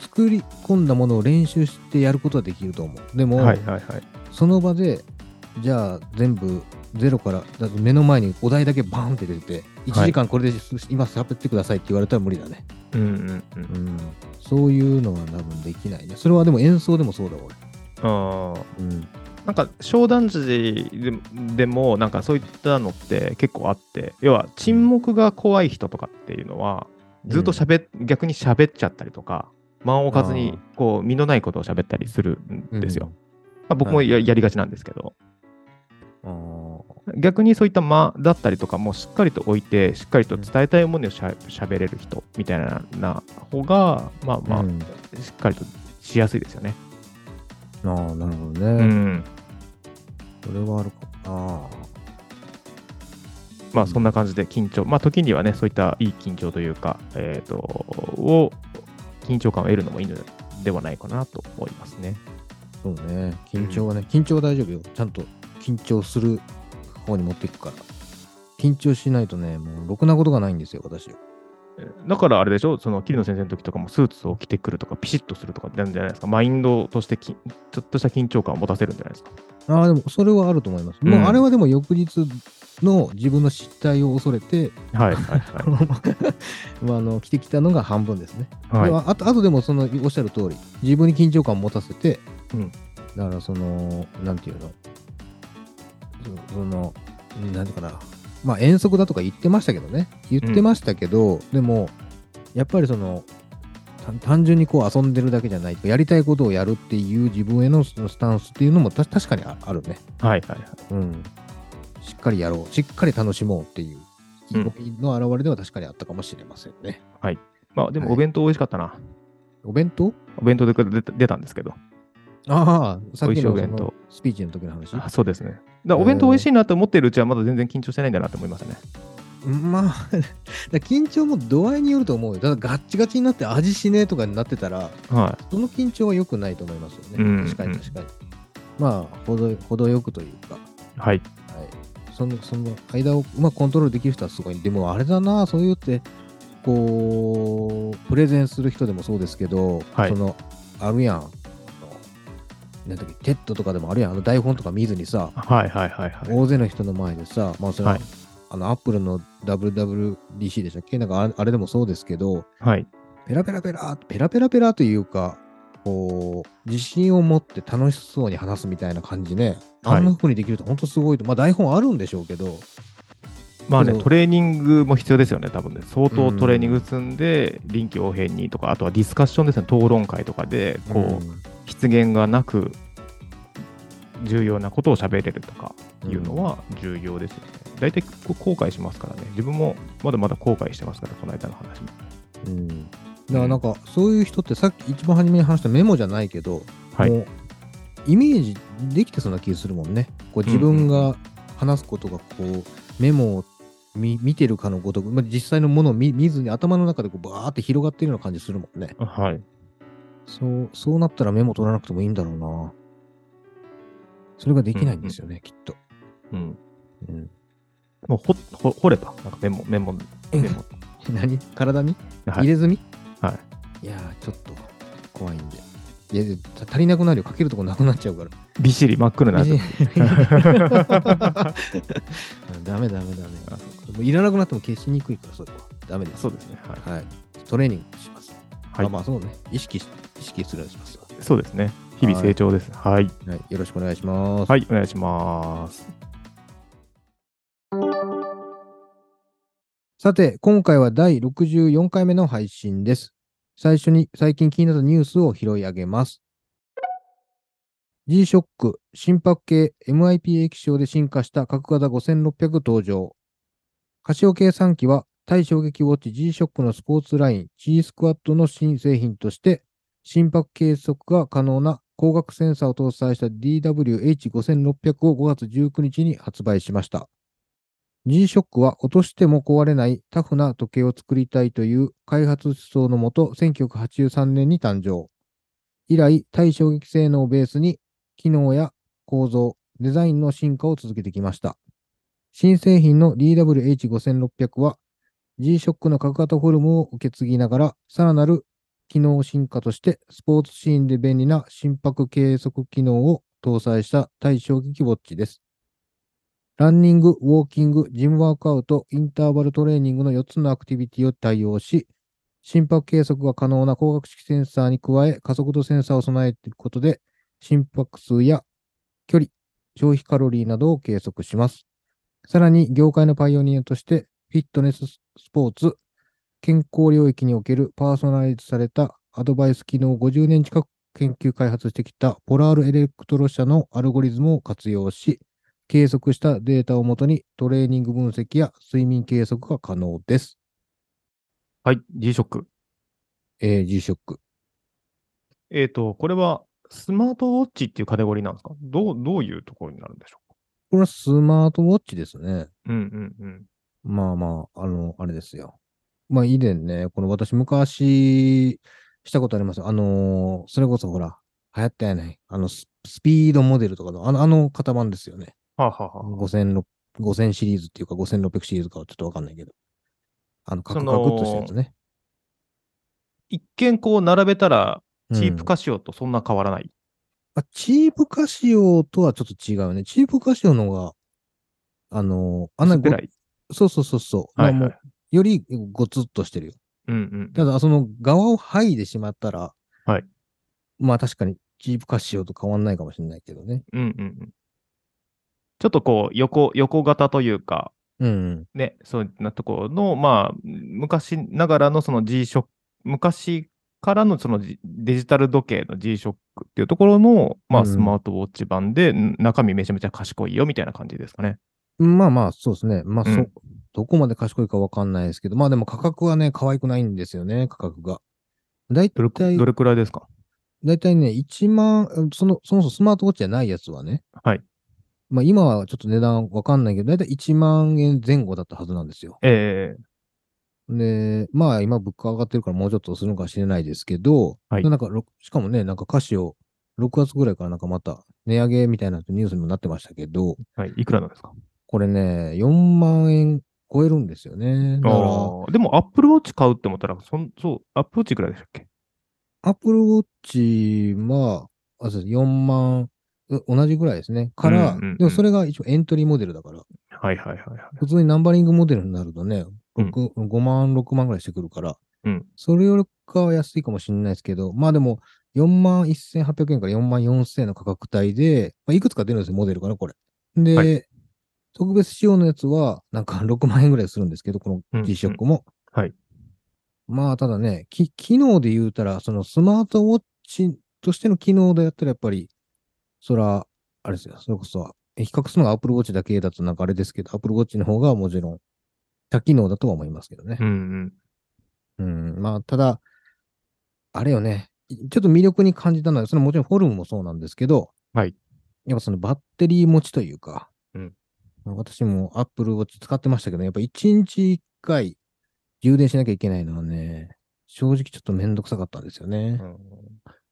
[SPEAKER 1] 作り込んだものを練習してやることはできると思うでも、
[SPEAKER 2] はいはいはい。
[SPEAKER 1] その場でじゃあ全部ゼロからだって目の前にお題だけバーンって出て1時間これで、今喋ってくださいって言われたら無理だね
[SPEAKER 2] うんうんうん。
[SPEAKER 1] うん、そういうのは多分できないね。それはでも演奏でもそうだ、俺。
[SPEAKER 2] ああ。
[SPEAKER 1] うん。
[SPEAKER 2] なんか商談時ででもなんかそういったのって結構あって要は沈黙が怖い人とかっていうのはずっと喋っ、逆に喋っちゃったりとか間を置かずにこう身のないことを喋ったりするんですよ。まあ、僕もや,、やりがちなんですけど
[SPEAKER 1] うん。
[SPEAKER 2] 逆にそういった間だったりとかもしっかりと置いてしっかりと伝えたいものをしゃ喋れる人みたいなな方がまあまあ、
[SPEAKER 1] うん
[SPEAKER 2] しっかりとしやすいですよね。
[SPEAKER 1] あーあー、なるほど
[SPEAKER 2] う
[SPEAKER 1] ね。
[SPEAKER 2] ん
[SPEAKER 1] それはあるかも
[SPEAKER 2] まあそんな感じで緊張、まあ時にはね、そういったいい緊張というか、えっ、と、を、緊張感を得るのもいいのではないかなと思いますね。
[SPEAKER 1] な。そうね。緊張はね、緊張は大丈夫よ。ちゃんと緊張する方に持っていくから。緊張しないとね、もうろくなことがないんですよ、私。
[SPEAKER 2] えだからあれでしょ、その桐野先生の時とかもスーツを着てくるとか、ピシッとするとかなんじゃないですか、マインドとしてきちょっとした緊張感を持たせるんじゃないですか。
[SPEAKER 1] ああ、でもそれはあると思います。
[SPEAKER 2] うん
[SPEAKER 1] もうあれはでも翌日の自分の失態を恐れて、
[SPEAKER 2] はいはい は
[SPEAKER 1] まああの着てきたのが半分ですね。
[SPEAKER 2] い。
[SPEAKER 1] で
[SPEAKER 2] はい、
[SPEAKER 1] はあとあとでもそのおっしゃる通り自分に緊張感を持たせて、
[SPEAKER 2] うん
[SPEAKER 1] だからそのなんていうのそそのうんなんていうかなまあ遠足だとか言ってましたけどね言ってましたけど、でもやっぱりそのた単純にこう遊んでるだけじゃないやりたいことをやるっていう自分へのそのスタンスっていうのもた確かにああるね、
[SPEAKER 2] はいはいはい。
[SPEAKER 1] うん、しっかりやろうしっかり楽しもうっていう意
[SPEAKER 2] うん
[SPEAKER 1] 気込みの表れでは確かにあったかもしれませんね、
[SPEAKER 2] まあでも
[SPEAKER 1] はい
[SPEAKER 2] お弁当美味しかったな。
[SPEAKER 1] お弁当
[SPEAKER 2] お弁当で出た出たんですけど。
[SPEAKER 1] ああ、さっきの
[SPEAKER 2] 美味しいお
[SPEAKER 1] そ
[SPEAKER 2] 弁当
[SPEAKER 1] のスピーチの時の話。
[SPEAKER 2] あそうですね。だからお弁当美味しいなと思ってるうちはまだ全然緊張してないんだなと思いましたね。
[SPEAKER 1] まあ、 だから緊張も度合いによると思うよ。ただ、ガッチガチになって味しねえとかになってたら、
[SPEAKER 2] は
[SPEAKER 1] その緊張は良くないと思いますよね。
[SPEAKER 2] うん。
[SPEAKER 1] 確かに確かに。まあ、ほどほどよくというか、はい
[SPEAKER 2] はい。
[SPEAKER 1] い、そのその間をうまくコントロールできる人はすごい。でも、あれだな、そういうって、こう、プレゼンする人でもそうですけど、
[SPEAKER 2] はい
[SPEAKER 1] その、あるやん。あのなんだっけテッドとかでもあるやん。あの台本とか見ずにさ、
[SPEAKER 2] はいはいはいはい。
[SPEAKER 1] 大勢の人の前でさ、まあそれは、
[SPEAKER 2] はい
[SPEAKER 1] あのアップルの WWDC でしたっけなんかあれあれでもそうですけど、
[SPEAKER 2] はい。
[SPEAKER 1] ペラペラペラ、ペラペラペラというか、こう、自信を持って楽しそうに話すみたいな感じね。
[SPEAKER 2] はい
[SPEAKER 1] あんな風にできると本当すごいと。まあ台本あるんでしょうけど、
[SPEAKER 2] まあ
[SPEAKER 1] そ
[SPEAKER 2] ね、
[SPEAKER 1] う
[SPEAKER 2] トレーニングも必要ですよね、多分ね。相当トレーニング積んで、臨機応変にとか、あとはディスカッションですね、討論会とかで、こう、
[SPEAKER 1] ん
[SPEAKER 2] 失言がなく、重要なことを喋れるとかいうのは重要ですよね。大体、こう後悔しますからね。自分もまだまだ後悔してますから、この間の話も。
[SPEAKER 1] うんだからなんか、そういう人ってさっき一番初めに話したメモじゃないけど、
[SPEAKER 2] はい
[SPEAKER 1] もうイメージできてそうな気がするもんね。こう自分が話すことがこうメモを見見てるかのごとく、まあ、実際のものを見見ずに頭の中でこうバーって広がってるような感じするもんね。
[SPEAKER 2] はい。
[SPEAKER 1] そうそうなったらメモ取らなくてもいいんだろうな。それができないんですよね、きっと。
[SPEAKER 2] うん。
[SPEAKER 1] うん、
[SPEAKER 2] もうほ、ほ、掘れた。なんかメモ、メモ、メモ。
[SPEAKER 1] 何体に
[SPEAKER 2] は
[SPEAKER 1] 入
[SPEAKER 2] い。
[SPEAKER 1] れ墨、、
[SPEAKER 2] はい
[SPEAKER 1] やー、ちょっと怖いんで。いや、た足りなくなるよ。かけるとこなくなっちゃうから。
[SPEAKER 2] びっしり真っ黒なやつ。
[SPEAKER 1] ダメダメダメ。もういらなくなっても消しにくいから、それは。ダメです。
[SPEAKER 2] そうですね。はい。
[SPEAKER 1] はい。トレーニングします。
[SPEAKER 2] はい
[SPEAKER 1] あまあそうね。意識し、意識するようにします。
[SPEAKER 2] そうですね。日々成長です。はい。
[SPEAKER 1] はい。よろしくお願いします。
[SPEAKER 2] はい、お願いします。
[SPEAKER 1] さて、今回は第64回目の配信です。最初に最近気になったニュースを拾い上げます。G-SHOCK 心拍系 MIP 液晶で進化した角型5600登場。カシオ計算機は対衝撃ウォッチ G-SHOCK のスポーツライン G スクワットの新製品として心拍計測が可能な光学センサーを搭載した DWH5600 を5月19日に発売しました。 G-SHOCK は落としても壊れないタフな時計を作りたいという開発思想のもと、1983年に誕生。以来、対衝撃性能をベースに、機能や構造、デザインの進化を続けてきました。新製品の DWH5600 は、G-SHOCK の角型フォルムを受け継ぎながら、さらなる機能進化として、スポーツシーンで便利な心拍計測機能を搭載した対衝撃ウォッチです。ランニング、ウォーキング、ジムワークアウト、インターバルトレーニングの4つのアクティビティを対応し、心拍計測が可能な光学式センサーに加え、加速度センサーを備えていることで、心拍数や距離、消費カロリーなどを計測します。さらに、業界のパイオニアとして、フィットネススポーツ、健康領域におけるパーソナライズされたアドバイス機能を50年近く研究開発してきたポラールエレクトロ社のアルゴリズムを活用し、計測したデータをもとにトレーニング分析や睡眠計測が可能です。
[SPEAKER 2] はい、G-SHOCK。
[SPEAKER 1] えー、G-SHOCK。
[SPEAKER 2] えっ、と、これはスマートウォッチっていうカテゴリーなんですかどうどういうところになるんでしょうか
[SPEAKER 1] これはスマートウォッチですね。
[SPEAKER 2] うんうんうん。
[SPEAKER 1] まあまあ、あの、あれですよ。まあ以前ね、この私昔したことありますよ。あのーそれこそほら、流行ったやない。あのス、スピードモデルとかの、あの、あの型番ですよね。
[SPEAKER 2] はあ、はあはあ
[SPEAKER 1] 5000 5000シリーズっていうか5600シリーズかはちょっとわかんないけど。あの、カクカクっとしたやつね。
[SPEAKER 2] 一見こう並べたら、チー
[SPEAKER 1] う
[SPEAKER 2] プ
[SPEAKER 1] ん
[SPEAKER 2] カシオとそんな変わらない。
[SPEAKER 1] あ、チープカシオとはちょっと違うね。チープカシオの方が、あのー、あんな
[SPEAKER 2] 薄っぺ
[SPEAKER 1] ご
[SPEAKER 2] らい。
[SPEAKER 1] そうそうそうそう。
[SPEAKER 2] はい
[SPEAKER 1] ま
[SPEAKER 2] は
[SPEAKER 1] あも
[SPEAKER 2] い。
[SPEAKER 1] うよりごつっとしてるよ。
[SPEAKER 2] うんうん。
[SPEAKER 1] ただ、その側を剥いでしまったら、
[SPEAKER 2] はい。
[SPEAKER 1] まあ確かにチープカシオと変わんないかもしれないけどね。
[SPEAKER 2] うんうんうん。ちょっとこう、横、横型というか、
[SPEAKER 1] うんうん。
[SPEAKER 2] ね、そういったところの、まあ、昔ながらのその G ショック、昔からのそのジデジタル時計の G ショックっていうところの、ま
[SPEAKER 1] う
[SPEAKER 2] あ、
[SPEAKER 1] ん
[SPEAKER 2] スマートウォッチ版で、ん中身めちゃめちゃ賢いよみたいな感じですかね。
[SPEAKER 1] まあまあ、そうですね。まあそ、
[SPEAKER 2] うん
[SPEAKER 1] どこまで賢いかわかんないですけど、まあでも価格はね、可愛くないんですよね、価格が。だい
[SPEAKER 2] どれく
[SPEAKER 1] たい
[SPEAKER 2] ど、れくらいですか
[SPEAKER 1] だいたいね、1万、その、そもそもスマートウォッチじゃないやつはね。
[SPEAKER 2] はい。
[SPEAKER 1] まあ今はちょっと値段わかんないけど、だいたい1万円前後だったはずなんですよ。
[SPEAKER 2] え
[SPEAKER 1] で、まあ今物価上がってるからもうちょっとするのかもしれないですけど、
[SPEAKER 2] はい
[SPEAKER 1] なんかろしかもね、なんか歌詞を6月ぐらいからなんかまた値上げみたいなニュースにもなってましたけど、
[SPEAKER 2] えはい、いくらなんですか
[SPEAKER 1] これね、4万円超えるんですよね。だから、
[SPEAKER 2] あーでも、Apple Watch 買うって思ったら、そんそう、Apple Watch いくらでしたっけ
[SPEAKER 1] Apple Watch は、あそうです4万、う同じぐらいですね。から、
[SPEAKER 2] うんうんうん
[SPEAKER 1] でもそれが一応エントリーモデルだから、
[SPEAKER 2] はいはいはいはい。
[SPEAKER 1] 普通にナンバリングモデルになるとね、
[SPEAKER 2] うん
[SPEAKER 1] 六5万、6万ぐらいしてくるから、
[SPEAKER 2] うん
[SPEAKER 1] それよりかは安いかもしれないですけど、まあでも、4万1800円から4万4000円の価格帯で、まあ、いくつか出るんですよ、モデルかな、これ。で、
[SPEAKER 2] は
[SPEAKER 1] 特別仕様のやつは、なんか 6万円ぐらいするんですけど、こ
[SPEAKER 2] うんう
[SPEAKER 1] の
[SPEAKER 2] ん
[SPEAKER 1] G ショックも。
[SPEAKER 2] はい
[SPEAKER 1] まあ、ただね、き機能で言うたら、そのスマートウォッチとしての機能でやったら、やっぱり、そら、あれですよ、それこそ、比較するのが Apple Watch だけだとなんかあれですけど、Apple Watch の方がもちろん多機能だとは思いますけどね
[SPEAKER 2] う。んうん。
[SPEAKER 1] うん、まあ、ただ、あれよね、いちょっと魅力に感じたのは、それはもちろんフォルムもそうなんですけど、
[SPEAKER 2] はい。
[SPEAKER 1] やっぱそのバッテリー持ちというか、
[SPEAKER 2] うん
[SPEAKER 1] 私も Apple Watch 使ってましたけど、やっぱ1日1回充電しなきゃいけないのはね、正直ちょっとめんどくさかったんですよね
[SPEAKER 2] う。ん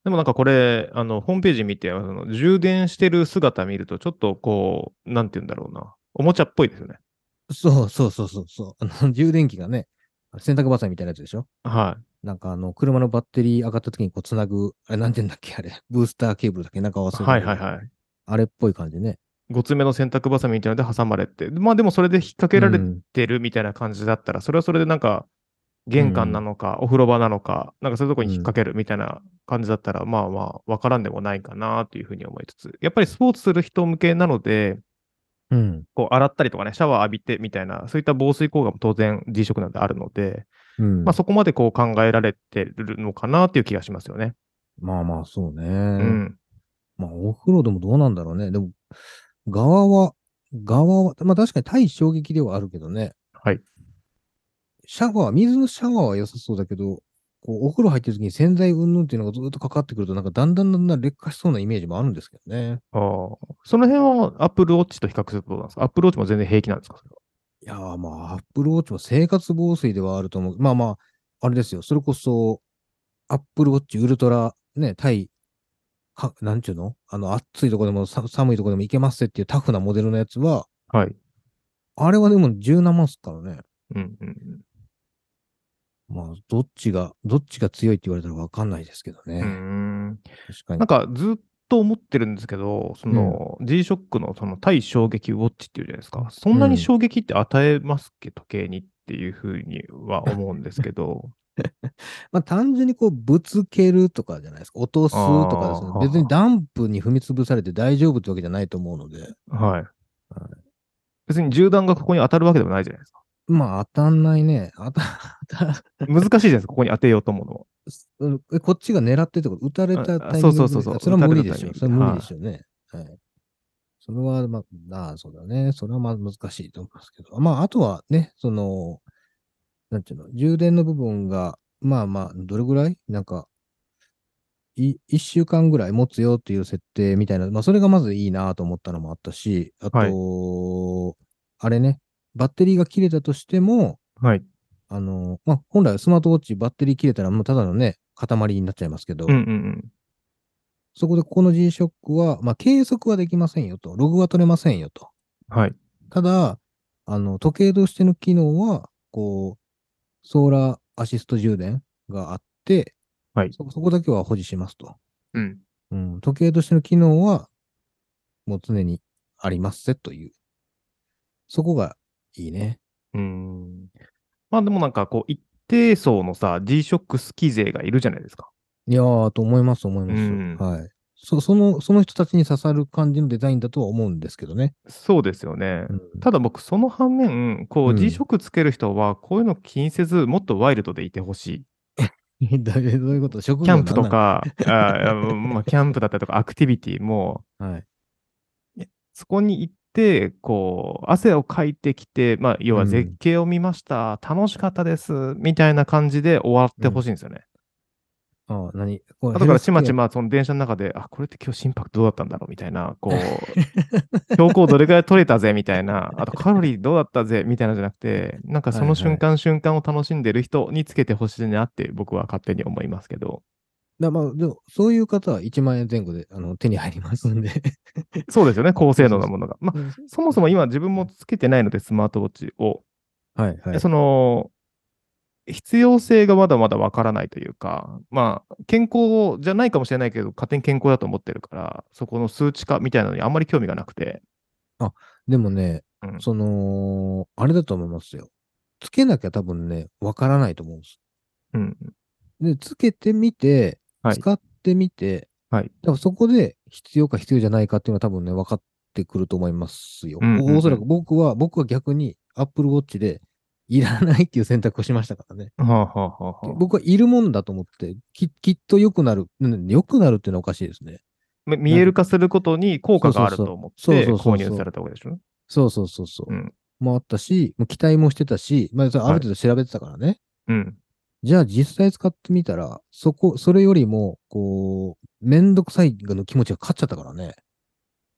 [SPEAKER 2] でもなんかこれ、あの、ホームページ見て、あの充電してる姿見ると、ちょっとこう、なんて言うんだろうな、おもちゃっぽいですよね。
[SPEAKER 1] そうそうそうそうそう。あの充電器がね、洗濯バサミみたいなやつでしょ
[SPEAKER 2] はい。
[SPEAKER 1] なんかあの、車のバッテリー上がった時にこうつなぐ、あれなんて言うんだっけあれ、 ブースターケーブルだっけなんか合わせ
[SPEAKER 2] はいはい
[SPEAKER 1] い。
[SPEAKER 2] はい。
[SPEAKER 1] あれっぽい感じね。
[SPEAKER 2] ごつめの洗濯バサミみたいなので挟まれて、まあでもそれで引っ掛けられ
[SPEAKER 1] うん
[SPEAKER 2] てるみたいな感じだったら、それはそれでなんか、玄関なのか、お風呂場なのか、なんかそういうとこに引っ掛けるみたいな感じだったら、まあまあ、わからんでもないかなというふうに思いつつ、やっぱりスポーツする人向けなので、
[SPEAKER 1] うん。
[SPEAKER 2] こう、洗ったりとかね、シャワー浴びてみたいな、そういった防水効果も当然 G 色なんであるので、
[SPEAKER 1] うん、
[SPEAKER 2] まあ、そこまでこう考えられてるのかなっていう気がしますよね。
[SPEAKER 1] まあまあ、そうね。
[SPEAKER 2] うん。
[SPEAKER 1] まあ、お風呂でもどうなんだろうね。でも、側は、側は、まあ確かに対衝撃ではあるけどね。
[SPEAKER 2] はい。
[SPEAKER 1] シャワー、水のシャワーは良さそうだけど、こうお風呂入ってる時に洗剤うんぬんっていうのがずっとかかってくると、なんかだんだんだんだん劣化しそうなイメージもあるんですけどね。
[SPEAKER 2] ああ。その辺は Apple Watch と比較するとどうなんですか ?Apple Watch も全然平気なんですかそれはい
[SPEAKER 1] いやーまあ、アップルウォッチも生活防水ではあると思う。まあまあ、あれですよ。それこそ、アップルウォッチウルトラ、ね、対、かなんちゅうのあの、暑いとこでもさ寒いとこでも行けますっていうタフなモデルのやつは、
[SPEAKER 2] はい。
[SPEAKER 1] あれはでも十何万っすからね。
[SPEAKER 2] うんうんうん
[SPEAKER 1] まあ、どっちが、どっちが強いって言われたらわかんないですけどね。
[SPEAKER 2] うーん
[SPEAKER 1] 確かに。
[SPEAKER 2] なんかずっと思ってるんですけど、その G-SHOCK のその対衝撃ウォッチっていうじゃないですか、そんなに衝撃って与えますっけ、時計にっていうふうには思うんですけ ど、
[SPEAKER 1] まあ、単純にこう、ぶつけるとかじゃないですか。落とすとかですね
[SPEAKER 2] あー
[SPEAKER 1] 別にダンプに踏み潰されて大丈夫ってわけじゃないと思うので、
[SPEAKER 2] はい。別に銃弾がここに当たるわけでもないじゃないですか。
[SPEAKER 1] まあ、当たんないね。当た、当た、
[SPEAKER 2] 難しいじゃないですか、ここに当てようと思うのは。
[SPEAKER 1] うんえこっちが狙ってってこと撃たれた
[SPEAKER 2] あ
[SPEAKER 1] タイミングで
[SPEAKER 2] そうそうそうそう
[SPEAKER 1] れは無理でしょ
[SPEAKER 2] 撃。
[SPEAKER 1] それ
[SPEAKER 2] たれたタイミング
[SPEAKER 1] は無理ですよね。はい。それは、まあ、なあ、そうだね。それはまあ難しいと思いますけど。まあ、あとはね、その、なんていうの、充電の部分が、まあまあ、どれぐらいなんか、い、一週間ぐらい持つよっていう設定みたいな、まあ、それがまずいいなと思ったのもあったし、あと、
[SPEAKER 2] はい
[SPEAKER 1] あれね、バッテリーが切れたとしても、
[SPEAKER 2] はい。
[SPEAKER 1] あの、まあ、本来スマートウォッチバッテリー切れたらもうただのね、塊になっちゃいますけど、
[SPEAKER 2] うんうんうん。
[SPEAKER 1] そこでここの G-SHOCK は、まあ、計測はできませんよと、ログは取れませんよと。
[SPEAKER 2] はい。
[SPEAKER 1] ただ、あの、時計としての機能は、こう、ソーラーアシスト充電があって、
[SPEAKER 2] はい
[SPEAKER 1] そそこだけは保持しますと。
[SPEAKER 2] うん。
[SPEAKER 1] うん、時計としての機能は、もう常にありますぜという。そこがいいね。
[SPEAKER 2] うん。まあでもなんかこう、一定層のさ、G-SHOCK 好き勢がいるじゃないですか。
[SPEAKER 1] いやー、と思います、思います。
[SPEAKER 2] うん
[SPEAKER 1] はい。そ、その、その人たちに刺さる感じのデザインだとは思うんですけどね。
[SPEAKER 2] そうですよね。
[SPEAKER 1] うん
[SPEAKER 2] ただ僕、その反面、こ
[SPEAKER 1] う
[SPEAKER 2] う、
[SPEAKER 1] ん
[SPEAKER 2] G-SHOCK つける人は、こういうの気にせず、もっとワイルドでいてほしい。
[SPEAKER 1] どういうこと職業
[SPEAKER 2] キャンプ
[SPEAKER 1] な
[SPEAKER 2] と
[SPEAKER 1] んな
[SPEAKER 2] か、あー まあ、キャンプだったりとか、アクティビティも、
[SPEAKER 1] の。はい。
[SPEAKER 2] そこに行って、こう、汗をかいてきて、まあ、要
[SPEAKER 1] う
[SPEAKER 2] は
[SPEAKER 1] ん
[SPEAKER 2] 絶景を見ました、楽しかったです、みたいな感じで終わってほしいんですよね。
[SPEAKER 1] ああ、何これ
[SPEAKER 2] だから、ちまち
[SPEAKER 1] ま。
[SPEAKER 2] ま、その電車の中で、あ、これって今日心拍どうだったんだろうみたいな、こう、 標高どれぐらい取れたぜ、みたいな、あとカロリーどうだったぜ、みたいなのじゃなくて、なんかそ
[SPEAKER 1] はいは
[SPEAKER 2] の
[SPEAKER 1] い
[SPEAKER 2] 瞬間瞬間を楽しんでる人につけてほしいなって、僕は勝手に思いますけど。
[SPEAKER 1] だまあ、でも、そういう方は1万円前後であの手に入りますんで。
[SPEAKER 2] そうですよね、高性能なものが。まあ、
[SPEAKER 1] うん
[SPEAKER 2] そもそも今自分もつけてないので、スマートウォッチを。
[SPEAKER 1] はいはい。
[SPEAKER 2] その、必要性がまだまだわからないというか、まあ、健康じゃないかもしれないけど、勝手に健康だと思ってるから、そこの数値化みたいなのにあんまり興味がなくて。
[SPEAKER 1] でもね、
[SPEAKER 2] うん
[SPEAKER 1] その、あれだと思いますよ。つけなきゃ多分ね、わからないと思うんです。
[SPEAKER 2] うん。
[SPEAKER 1] で、つけてみて、
[SPEAKER 2] はい
[SPEAKER 1] 使ってみて、
[SPEAKER 2] はい
[SPEAKER 1] 多分そこで必要か必要じゃないかっていうのは多分ね、分かってくると思いますよ。
[SPEAKER 2] うんうんうん
[SPEAKER 1] おおそらく僕は、僕は逆に Apple Watch でいらないっていう選択をしましたからね。
[SPEAKER 2] はあ、はあはあはあ、
[SPEAKER 1] 僕はいるもんだと思って、ききっと良くなる、うん良くなるっていうのはおかしいですね。
[SPEAKER 2] み見える化することに効果があると思っ
[SPEAKER 1] そう
[SPEAKER 2] て
[SPEAKER 1] そうそう
[SPEAKER 2] 購入されたわけでしょ。
[SPEAKER 1] そうそうそうそう。
[SPEAKER 2] うん
[SPEAKER 1] もあったし、もう期待もしてたし、まあ、それある程度調べてたからね。
[SPEAKER 2] うん。
[SPEAKER 1] じゃあ実際使ってみたら、そこ、それよりも、こう、めんどくさいの気持ちが勝っちゃったからね。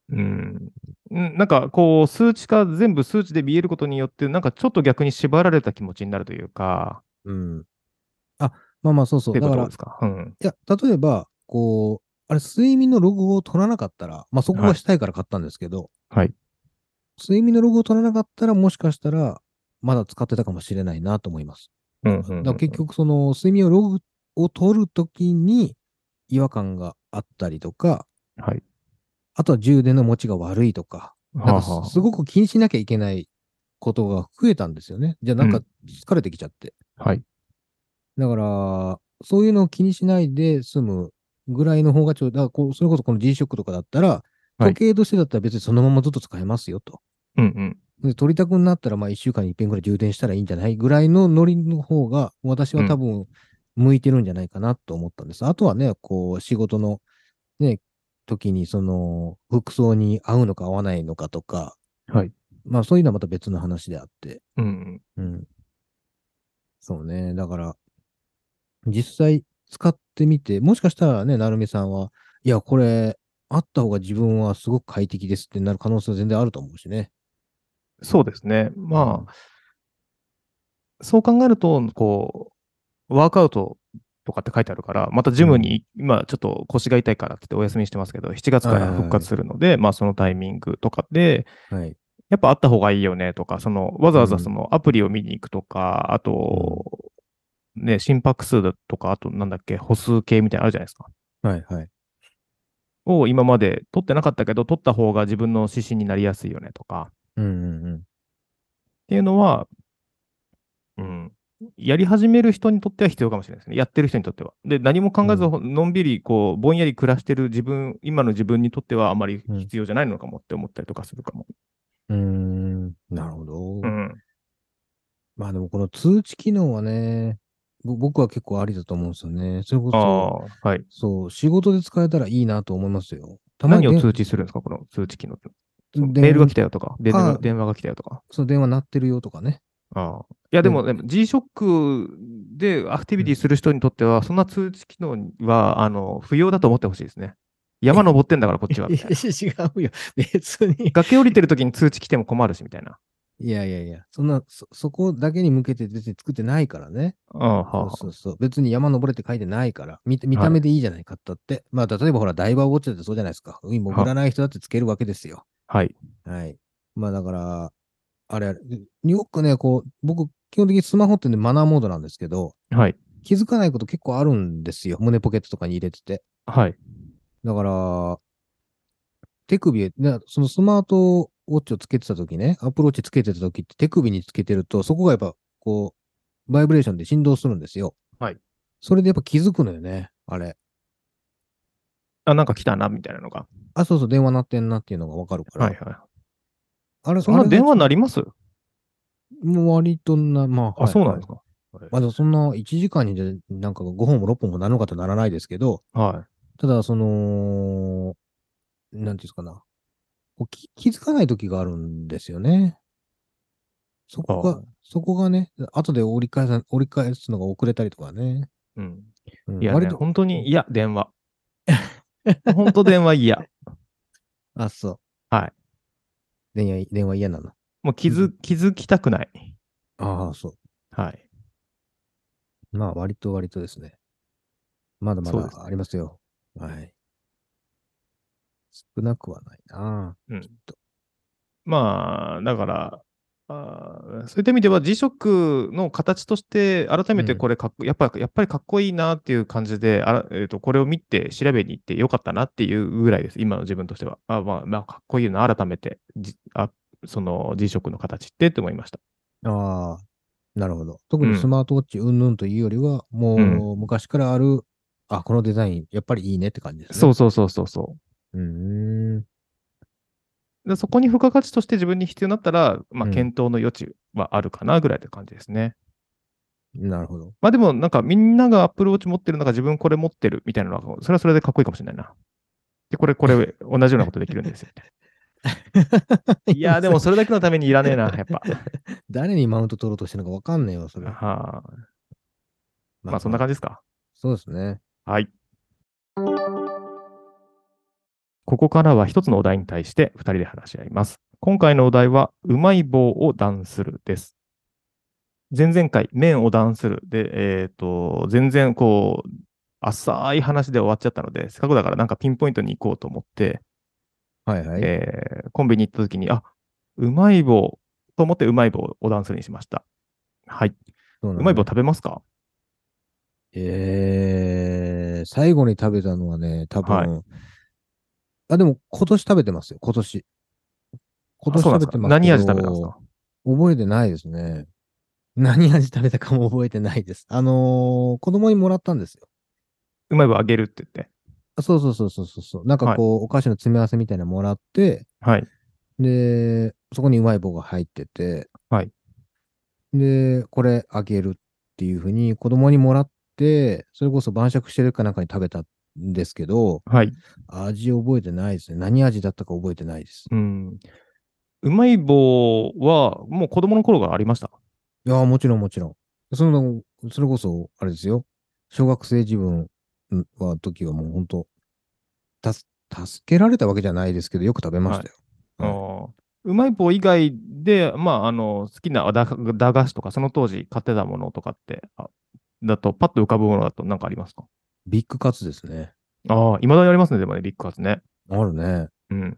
[SPEAKER 2] うん、うんなんかこう数値化全部数値で見えることによってなんかちょっと逆に縛られた気持ちになるというか
[SPEAKER 1] うん。あ、まあまあそうそ
[SPEAKER 2] っ
[SPEAKER 1] う。
[SPEAKER 2] てい
[SPEAKER 1] だか
[SPEAKER 2] うこ
[SPEAKER 1] ら、
[SPEAKER 2] と
[SPEAKER 1] い
[SPEAKER 2] ですか。うん、
[SPEAKER 1] や、例えば、こう、あれ、睡眠のログを取らなかったら、まあそこがしたいから買ったんですけど、
[SPEAKER 2] はい。
[SPEAKER 1] 睡眠のログを取らなかったら、もしかしたら、まだ使ってたかもしれないなと思います。
[SPEAKER 2] うんうん
[SPEAKER 1] だから結局、その、睡眠をログを取るときに、違和感があったりとか、
[SPEAKER 2] はい。
[SPEAKER 1] あとは充電の持ちが悪いとか、な
[SPEAKER 2] は
[SPEAKER 1] ん
[SPEAKER 2] あは
[SPEAKER 1] か
[SPEAKER 2] あ
[SPEAKER 1] すすごく気にしなきゃいけないことが増えたんですよね。じゃあなんか
[SPEAKER 2] うん
[SPEAKER 1] 疲れてきちゃって。
[SPEAKER 2] はい。
[SPEAKER 1] だから、そういうのを気にしないで済むぐらいの方がちょうど、だからこうそれこそこの G-SHOCK とかだったら、
[SPEAKER 2] はい
[SPEAKER 1] 時計としてだったら別にそのままずっと使えますよと。
[SPEAKER 2] うんうん。
[SPEAKER 1] で取りたくなったら、まあ1週間に一遍ぐらい充電したらいいんじゃないぐらいのノリの方が、私は多分向いてるんじゃないかなと思ったんです。あとはね、こう仕事のね、時にその服装に合うのか合わないのかとか、
[SPEAKER 2] はい。
[SPEAKER 1] まあそういうのはまた別の話であって、
[SPEAKER 2] うんうん。
[SPEAKER 1] うん。そうね。だから、実際使ってみて、もしかしたらね、なるみさんは、いや、これ、あった方が自分はすごく快適ですってなる可能性は全然あると思うしね。
[SPEAKER 2] そうですね。まあ、そう考えると、こう、ワークアウトとかって書いてあるから、またジムに、今ちょっと腰が痛いからって言ってお休みしてますけど、7月から復活するので、まあそのタイミングとかで、
[SPEAKER 1] はい。
[SPEAKER 2] やっぱあった方がいいよねとか、そのわざわざそのアプリを見に行くとか、あと、ね、心拍数だとか、あとなんだっけ、歩数計みたいなのあるじゃないですか。
[SPEAKER 1] はい。はい。
[SPEAKER 2] を今まで取ってなかったけど、取った方が自分の指針になりやすいよねとか、
[SPEAKER 1] うんうんうん。
[SPEAKER 2] っていうのは、うん、やり始める人にとっては必要かもしれないですね。やってる人にとっては。で、何も考えず、のんびり、こう、ぼんやり暮らしてる自分、今の自分にとってはあまり必要じゃないのかもって思ったりとかするかも。
[SPEAKER 1] うーん。なるほど。
[SPEAKER 2] うん。
[SPEAKER 1] まあでもこの通知機能はね、ぼ僕は結構ありだと思うんですよね。それこ
[SPEAKER 2] あ
[SPEAKER 1] そ、
[SPEAKER 2] あ、はい。
[SPEAKER 1] そう、仕事で使えたらいいなと思いますよ。たまに
[SPEAKER 2] 何
[SPEAKER 1] 電
[SPEAKER 2] を通知するんですか、この通知機能って。その
[SPEAKER 1] 電
[SPEAKER 2] メールが来たよとか、電
[SPEAKER 1] あ
[SPEAKER 2] 話
[SPEAKER 1] ー
[SPEAKER 2] 電話が来たよとか。
[SPEAKER 1] その電話鳴ってるよとかね。
[SPEAKER 2] ああいや、でも、でも G-SHOCK でアクティビティする人にとっては、そんな通知機能は、あの、不要だと思ってほしいですね。山登ってんだから、こ っちは。
[SPEAKER 1] い
[SPEAKER 2] みた
[SPEAKER 1] や
[SPEAKER 2] いな
[SPEAKER 1] 違うよ。別に。
[SPEAKER 2] 崖降りてる時に通知来ても困るし、みたいな。
[SPEAKER 1] いやいやいや、そんな、そ、そこだけに向けて別に作ってないからね。
[SPEAKER 2] うん、はあ
[SPEAKER 1] そ
[SPEAKER 2] は
[SPEAKER 1] う
[SPEAKER 2] あ
[SPEAKER 1] そうそう。別に山登れって書いてないから。見て見
[SPEAKER 2] はい
[SPEAKER 1] た目でいいじゃないかったって。まあ、例えばほら、ダイバーウォッチだってそうじゃないですか。海潜らない人だってつけるわけですよ。
[SPEAKER 2] はい。
[SPEAKER 1] はい。まあだから、あれあれ、よくね、こう、僕、基本的にスマホってね、マナーモードなんですけど、
[SPEAKER 2] はい。
[SPEAKER 1] 気づかないこと結構あるんですよ。胸ポケットとかに入れてて。
[SPEAKER 2] はい。
[SPEAKER 1] だから、手首、なそのスマートウォッチをつけてたときね、アプローチつけてたときって手首につけてると、そこがやっぱ、こう、バイブレーションで振動するんですよ。
[SPEAKER 2] はい。
[SPEAKER 1] それでやっぱ気づくのよね、あれ。
[SPEAKER 2] あ、なんか来たな、みたいなのが。
[SPEAKER 1] あ、そうそう、電話鳴ってんなっていうのがわかるから。
[SPEAKER 2] はいは
[SPEAKER 1] あれ、
[SPEAKER 2] い。そんな
[SPEAKER 1] あれ
[SPEAKER 2] 電話なります
[SPEAKER 1] もう割とな、まあ、
[SPEAKER 2] あ、そうなんです
[SPEAKER 1] か。
[SPEAKER 2] か。
[SPEAKER 1] まあ、でもそんな1時間にでなんか5本も6本もなるのかとならないですけど、
[SPEAKER 2] は
[SPEAKER 1] ただ、その、なんていうんですかな。こう気気づかない時があるんですよね。そこ
[SPEAKER 2] ああ
[SPEAKER 1] が、そこがね、後で折り返さ、折り返すのが遅れたりとかね。
[SPEAKER 2] い。うん。
[SPEAKER 1] うん
[SPEAKER 2] いや、ね、
[SPEAKER 1] 割と、
[SPEAKER 2] 本当に、いや、電話。本当電話嫌。
[SPEAKER 1] あ、そう。
[SPEAKER 2] はい。
[SPEAKER 1] 電話、電話嫌なの。
[SPEAKER 2] もう気づ、気づきたくない。
[SPEAKER 1] ああ、そ
[SPEAKER 2] はい。
[SPEAKER 1] う。まあ、割と割とですね。まだま
[SPEAKER 2] そうです
[SPEAKER 1] だありますよ。はい。少なくはないな。
[SPEAKER 2] まあ、だから、あーそういった意味では G-SHOCK の形として、改めてこれかっこ、やっぱ、やっぱりかっこいいなっていう感じで、あらえー、とこれを見て調べに行ってよかったなっていうぐらいです、今の自分としては。あまあ、まあ、かっこいいな、改めて、じあその G-SHOCK の形ってって思いました。
[SPEAKER 1] ああ、なるほど。特
[SPEAKER 2] う
[SPEAKER 1] に
[SPEAKER 2] ん
[SPEAKER 1] スマートウォッチうんぬんというよりは、もう昔からある、あ、このデザイン、やっぱりいいねって感じです
[SPEAKER 2] そ
[SPEAKER 1] ね。。
[SPEAKER 2] うそうそうそうそう
[SPEAKER 1] うーん。
[SPEAKER 2] う。でそこに付加価値として自分に必要になったら、ま
[SPEAKER 1] う
[SPEAKER 2] あ、
[SPEAKER 1] ん
[SPEAKER 2] 検討の余地はあるかなぐらいって感じですね。
[SPEAKER 1] なるほど。
[SPEAKER 2] まあでも、なんかみんなが Apple Watch 持ってる中、自分これ持ってるみたいなのは、それはそれでかっこいいかもしれないな。で、これ、これ、同じようなことできるんですよ。いやー、でもそれだけのためにいらねえな、やっぱ。
[SPEAKER 1] 誰にマウント取ろうとしてるのかわかんねえわ、それ。
[SPEAKER 2] はあ、まあそんな感じですか。
[SPEAKER 1] そうですね。
[SPEAKER 2] はい。ここからは一つのお題に対して2人で話し合います。今回のお題は、うまい棒を段するです。前々回、麺を段するで、えっ、と、全然こう、浅い話で終わっちゃったので、せっかくだからなんかピンポイントに行こうと思って、
[SPEAKER 1] はいはい。
[SPEAKER 2] えーコンビニ行った時に、あ、うまい棒と思ってうまい棒を段するにしました。はい。
[SPEAKER 1] そうな
[SPEAKER 2] うんま
[SPEAKER 1] だ
[SPEAKER 2] い棒食べますか
[SPEAKER 1] えー、最後に食べたのはね、多分、
[SPEAKER 2] はい
[SPEAKER 1] あ、でも今年食べてますよ、今年。今
[SPEAKER 2] あ
[SPEAKER 1] 年
[SPEAKER 2] そうな
[SPEAKER 1] 食べ
[SPEAKER 2] んで
[SPEAKER 1] て
[SPEAKER 2] すか
[SPEAKER 1] ます
[SPEAKER 2] 何味
[SPEAKER 1] けど
[SPEAKER 2] 食べたんですか
[SPEAKER 1] 覚えてないですね。何味食べたかも覚えてないです。あのー子供にもらったんですよ。
[SPEAKER 2] うまい棒あげるって言って。
[SPEAKER 1] あそうそうそうそうそうそう。なんかこう、お菓子の詰め合わせみたいなのもらって、
[SPEAKER 2] はい。
[SPEAKER 1] で、そこにうまい棒が入ってて、
[SPEAKER 2] はい。
[SPEAKER 1] で、これあげるっていうふうに子供にもらって、それこそ晩酌してるかなんかに食べたんですけど、
[SPEAKER 2] はい。
[SPEAKER 1] 味覚えてないですね。何味だったか覚えてないです。
[SPEAKER 2] うん。うまい棒は、もう子供の頃からありました。
[SPEAKER 1] いやー、もちろんもちろん。その、それこそ、あれですよ。小学生自分は、時はもう本当、たす、助けられたわけじゃないですけど、よく食べましたよ。
[SPEAKER 2] あ
[SPEAKER 1] はい
[SPEAKER 2] ーううまい棒以外で、まあ、あの好きな駄駄菓子とか、その当時買ってたものとかって、あだと、パッと浮かぶものだと何かありますか
[SPEAKER 1] ビッグカツですね。
[SPEAKER 2] ああ、いまだにありますね、でもね、ビッグカツね。
[SPEAKER 1] あるね。
[SPEAKER 2] うん。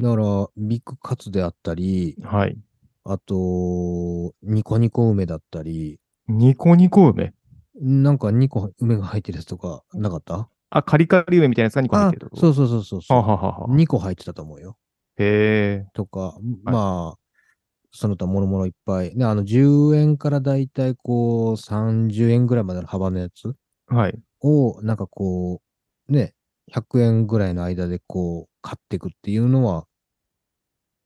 [SPEAKER 1] だから、ビッグカツであったり、
[SPEAKER 2] はい。
[SPEAKER 1] あと、ニコニコ梅だったり、
[SPEAKER 2] ニコニコ梅。
[SPEAKER 1] なんか2個梅が入ってるやつとかなかった
[SPEAKER 2] あ、カリカリ梅みたいなやつが2個入ってるってこと
[SPEAKER 1] そうそうそうそうそ
[SPEAKER 2] は
[SPEAKER 1] う。
[SPEAKER 2] あはあはあはあ。
[SPEAKER 1] 2個入ってたと思うよ。
[SPEAKER 2] へえ。
[SPEAKER 1] とか、まあ、その他もろもろいっぱい。ね、あの、10円からだいたいこう、30円ぐらいまでの幅のやつ
[SPEAKER 2] はい。
[SPEAKER 1] を、なんかこう、ね、100円ぐらいの間でこう、買っていくっていうのは、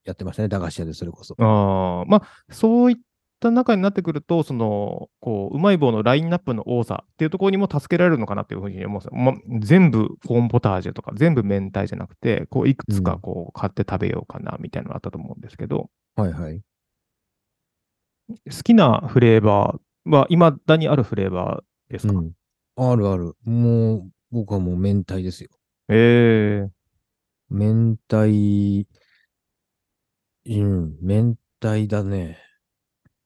[SPEAKER 1] やってましたね、駄菓子屋でそれこそ。
[SPEAKER 2] ああ、まあ、そういった中になってくると、その、こう、うまい棒のラインナップの多さっていうところにも助けられるのかなっていうふうに思うんですよ。まあ、全部コーンポタージュとか、全部明太じゃなくて、こう、いくつ
[SPEAKER 1] う
[SPEAKER 2] か
[SPEAKER 1] ん
[SPEAKER 2] こう、買って食べようかなみたいなのあったと思うんですけど、
[SPEAKER 1] はいはい。
[SPEAKER 2] 好きなフレーバーは、いまだにあるフレーバーですか、
[SPEAKER 1] うん。あるある。もう、僕はもう明太ですよ。
[SPEAKER 2] ええ
[SPEAKER 1] 明太、うん、明太だね。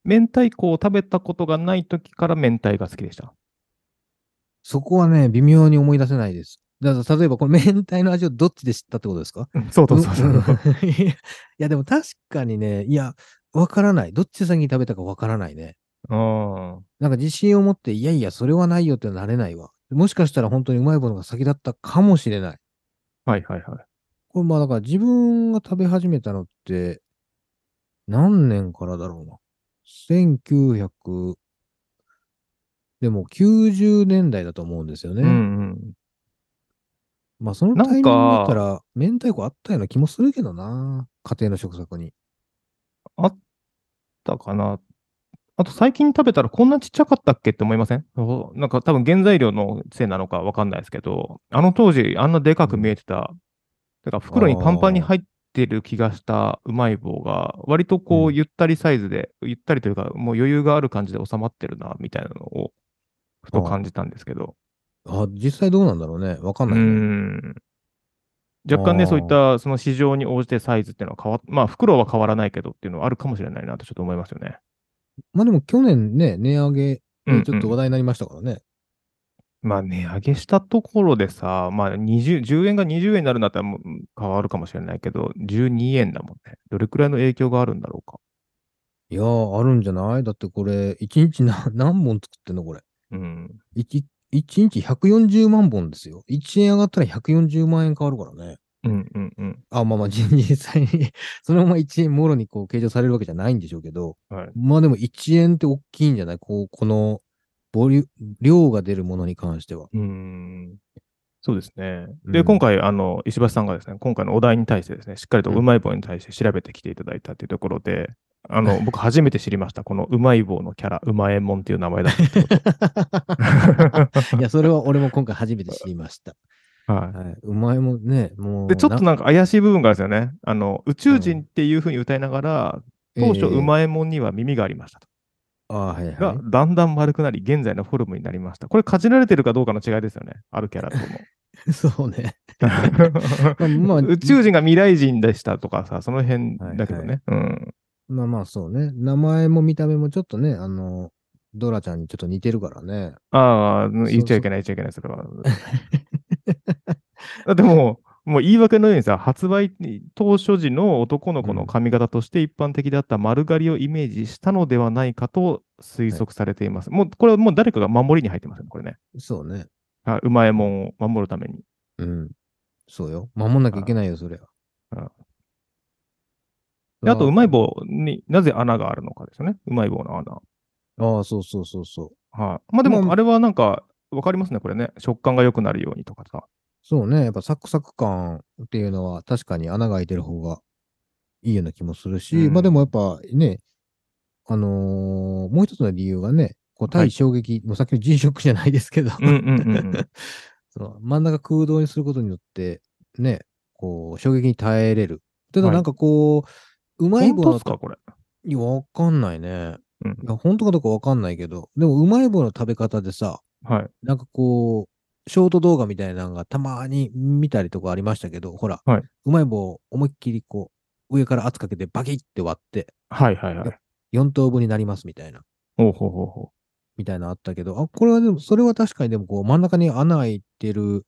[SPEAKER 2] 明太子を食べたことがない時から明太が好きでした。
[SPEAKER 1] そこはね、微妙に思い出せないです。だから例えば、この明太の味をどっちで知ったってことですか
[SPEAKER 2] そうそうそうそう。
[SPEAKER 1] うん いや、でも確かにね、いや、わからない。どっちで先に食べたかわからないね。
[SPEAKER 2] うん
[SPEAKER 1] なんか自信を持って、いやいや、それはないよってなれないわ。もしかしたら本当にうまいものが先だったかもしれない。
[SPEAKER 2] はいはいはい。
[SPEAKER 1] これまあだから自分が食べ始めたのって、何年からだろうな。1900、でも90年代だと思うんですよね。
[SPEAKER 2] うんうん。
[SPEAKER 1] まあその
[SPEAKER 2] なん
[SPEAKER 1] タ
[SPEAKER 2] か
[SPEAKER 1] イミングだったら、明太子あったような気もするけどな。家庭の食卓に。
[SPEAKER 2] あったかな。あと最近食べたらこんなちっちゃかったっけって思いませんおなんか多分原材料のせいなのかわかんないですけど、あの当時あんなでかく見えてた、だから袋にパンパンに入ってる気がしたうまい棒が、割とこ
[SPEAKER 1] う
[SPEAKER 2] うんゆったりサイズで、ゆったりというかもう余裕がある感じで収まってるなみたいなのをふと感じたんですけど。
[SPEAKER 1] あ、実際どうなんだろうね。わかん
[SPEAKER 2] う
[SPEAKER 1] ないね、
[SPEAKER 2] ん若干
[SPEAKER 1] あ
[SPEAKER 2] ね、
[SPEAKER 1] ー
[SPEAKER 2] そういったその市場に応じてサイズっていうのは変わっ、まあ袋は変わらないけどっていうのはあるかもしれないなとちょっと思いますよね。
[SPEAKER 1] まあでも去年ね、値上げ、
[SPEAKER 2] うんうん
[SPEAKER 1] ちょっと話題になりましたからね。
[SPEAKER 2] まあ値上げしたところでさ、まあ20 10円が20円になるんだったらもう変わるかもしれないけど、12円だもんね。どれくらいの影響があるんだろうか。
[SPEAKER 1] いやー、あるんじゃないだってこれ、1日な 何本作ってんのこれ。
[SPEAKER 2] うん。
[SPEAKER 1] 1, 一日140万本ですよ。1円上がったら140万円変わるからね。
[SPEAKER 2] うんうんうん。
[SPEAKER 1] あ、まあま あ、実実際に、そのまま1円もろにこう計上されるわけじゃないんでしょうけど、
[SPEAKER 2] はい
[SPEAKER 1] まあでも1円って大きいんじゃないこう、この、ボリュ、量が出るものに関しては。
[SPEAKER 2] うん。そうですね。
[SPEAKER 1] う
[SPEAKER 2] で、
[SPEAKER 1] ん
[SPEAKER 2] 今回、あの、石橋さんがですね、今回のお題に対してですね、しっかりと
[SPEAKER 1] うん
[SPEAKER 2] うまい棒に対して調べてきていただいたというところで、あの、僕初めて知りました。このうまい棒のキャラ、うまえもんっていう名前だったってこと。
[SPEAKER 1] いや、それは俺も今回初めて知りました。
[SPEAKER 2] はい。
[SPEAKER 1] はい。うまいもんね、もう。
[SPEAKER 2] で、ちょっとなんか怪しい部分があるんですよね。あの、宇宙人っていうふうに歌いながら、当初、う
[SPEAKER 1] い。
[SPEAKER 2] まえもんには耳がありましたと。
[SPEAKER 1] ああ、はいは
[SPEAKER 2] が
[SPEAKER 1] い。、
[SPEAKER 2] だんだん丸くなり、現在のフォルムになりました。これ、かじられてるかどうかの違いですよね。あるキャラと
[SPEAKER 1] そうね。まあ、
[SPEAKER 2] も。
[SPEAKER 1] まあ、
[SPEAKER 2] 宇宙人が未来人でしたとかさ、その辺だけどね。うん。
[SPEAKER 1] まあまあそうね。名前も見た目もちょっとね、あの、ドラちゃんにちょっと似てるからね。
[SPEAKER 2] ああ、言っちゃいけない、言っちゃいけない、それは。だってもう、もう言い訳のようにさ、発売当初時の男の子の髪型として一般的だった丸刈りをイメージしたのではないかと推測されています。もう、これはもう誰かが守りに入ってますね、これね。
[SPEAKER 1] そうね。
[SPEAKER 2] あうまえもんを守るために。
[SPEAKER 1] うん。そうよ。守んなきゃいけないよ、それは
[SPEAKER 2] あ。であと、うまい
[SPEAKER 1] 棒。
[SPEAKER 2] 棒になぜ穴があるのかですよね。うまい棒の穴。
[SPEAKER 1] ああ、そうそうそうそう。
[SPEAKER 2] はい。まあで
[SPEAKER 1] ま
[SPEAKER 2] も、
[SPEAKER 1] あ
[SPEAKER 2] あれはなんか、わかりますね、これね。食感が良くなるようにとかさ。
[SPEAKER 1] そうね。やっぱサクサク感っていうのは確かに穴が開いてる方がいいような気もするし、
[SPEAKER 2] うん
[SPEAKER 1] まあでもやっぱね、あのーもう一つの理由がね、こう
[SPEAKER 2] は
[SPEAKER 1] 対
[SPEAKER 2] い
[SPEAKER 1] 衝撃、もうさっきの G ショックじゃないですけど、
[SPEAKER 2] うんうんうん うん。
[SPEAKER 1] その真ん中空洞にすることによって、ね、こう、衝撃に耐えれる。ただ
[SPEAKER 2] はい
[SPEAKER 1] なんかこう、うまい
[SPEAKER 2] 本
[SPEAKER 1] 棒
[SPEAKER 2] 当
[SPEAKER 1] の
[SPEAKER 2] ですか、これ。
[SPEAKER 1] いや、わかんないね。
[SPEAKER 2] うん
[SPEAKER 1] いや、本当かどうかわかんないけど、でもうまい棒の食べ方でさ、
[SPEAKER 2] はい。
[SPEAKER 1] なんかこう、ショート動画みたいなのがたまに見たりとかありましたけど、ほら、
[SPEAKER 2] はいう
[SPEAKER 1] まい棒を思いっきりこ上から圧かけてバキって割って、
[SPEAKER 2] はいはいはい。
[SPEAKER 1] 4等分になりますみたいな、
[SPEAKER 2] ほうほうほうほ
[SPEAKER 1] みたいなのあったけど、あ、これはでも、それは確かにでもこう、真ん中に穴開いてる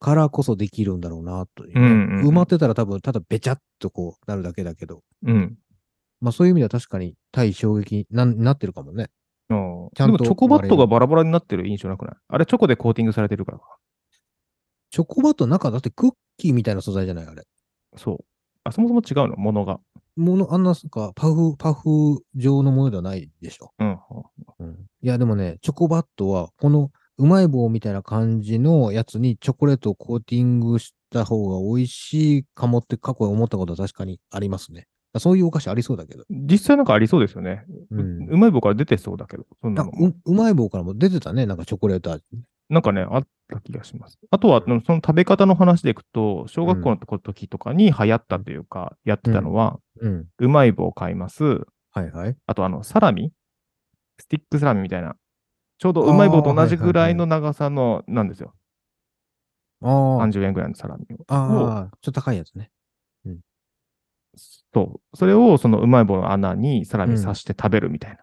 [SPEAKER 1] からこそできるんだろうな、というね、
[SPEAKER 2] うんうんうん
[SPEAKER 1] 埋まってたら多分、ただべちゃっとこう、なるだけだけど、
[SPEAKER 2] う。うん。
[SPEAKER 1] まあそういう意味では確かに対衝撃になんなってるかもね。
[SPEAKER 2] あー
[SPEAKER 1] ちゃんと
[SPEAKER 2] でもチョコバットがバラバラになってる印象なくないあれチョコでコーティングされてるからか。
[SPEAKER 1] チョコバット中だってクッキーみたいな素材じゃないあれ。
[SPEAKER 2] そう。あ、そもそも違うの、ものが。
[SPEAKER 1] もの、あんな、なんか、パフ、パフ状のものではないでしょ。
[SPEAKER 2] うん。
[SPEAKER 1] うんいや、でもね、チョコバットは、このうまい棒みたいな感じのやつにチョコレートをコーティングした方が美味しいかもって過去に思ったことは確かにありますね。そういうお菓子ありそうだけど。
[SPEAKER 2] 実際なんかありそうですよね。
[SPEAKER 1] う。
[SPEAKER 2] うんうまい棒から出てそうだけど、そんな
[SPEAKER 1] な
[SPEAKER 2] の
[SPEAKER 1] ん
[SPEAKER 2] も
[SPEAKER 1] かううまい棒からも出てたね、なんかチョコレート味。
[SPEAKER 2] なんかね、あった気がします。あとは、その食べ方の話でいくと、小学校の時とかに流行ったというか、やってたのは、
[SPEAKER 1] うん。
[SPEAKER 2] うまい棒を買います。
[SPEAKER 1] はいはい。
[SPEAKER 2] あと、あの、サラミスティックサラミみたいな。ちょうどうまい棒と同じぐらいの長さの、なんですよ。
[SPEAKER 1] あ
[SPEAKER 2] 30円ぐらいのサラミを。
[SPEAKER 1] あ、ああ、ちょっと高いやつね。
[SPEAKER 2] そう。それを、そのうまい棒の穴にサラミ刺して食べるみたいな。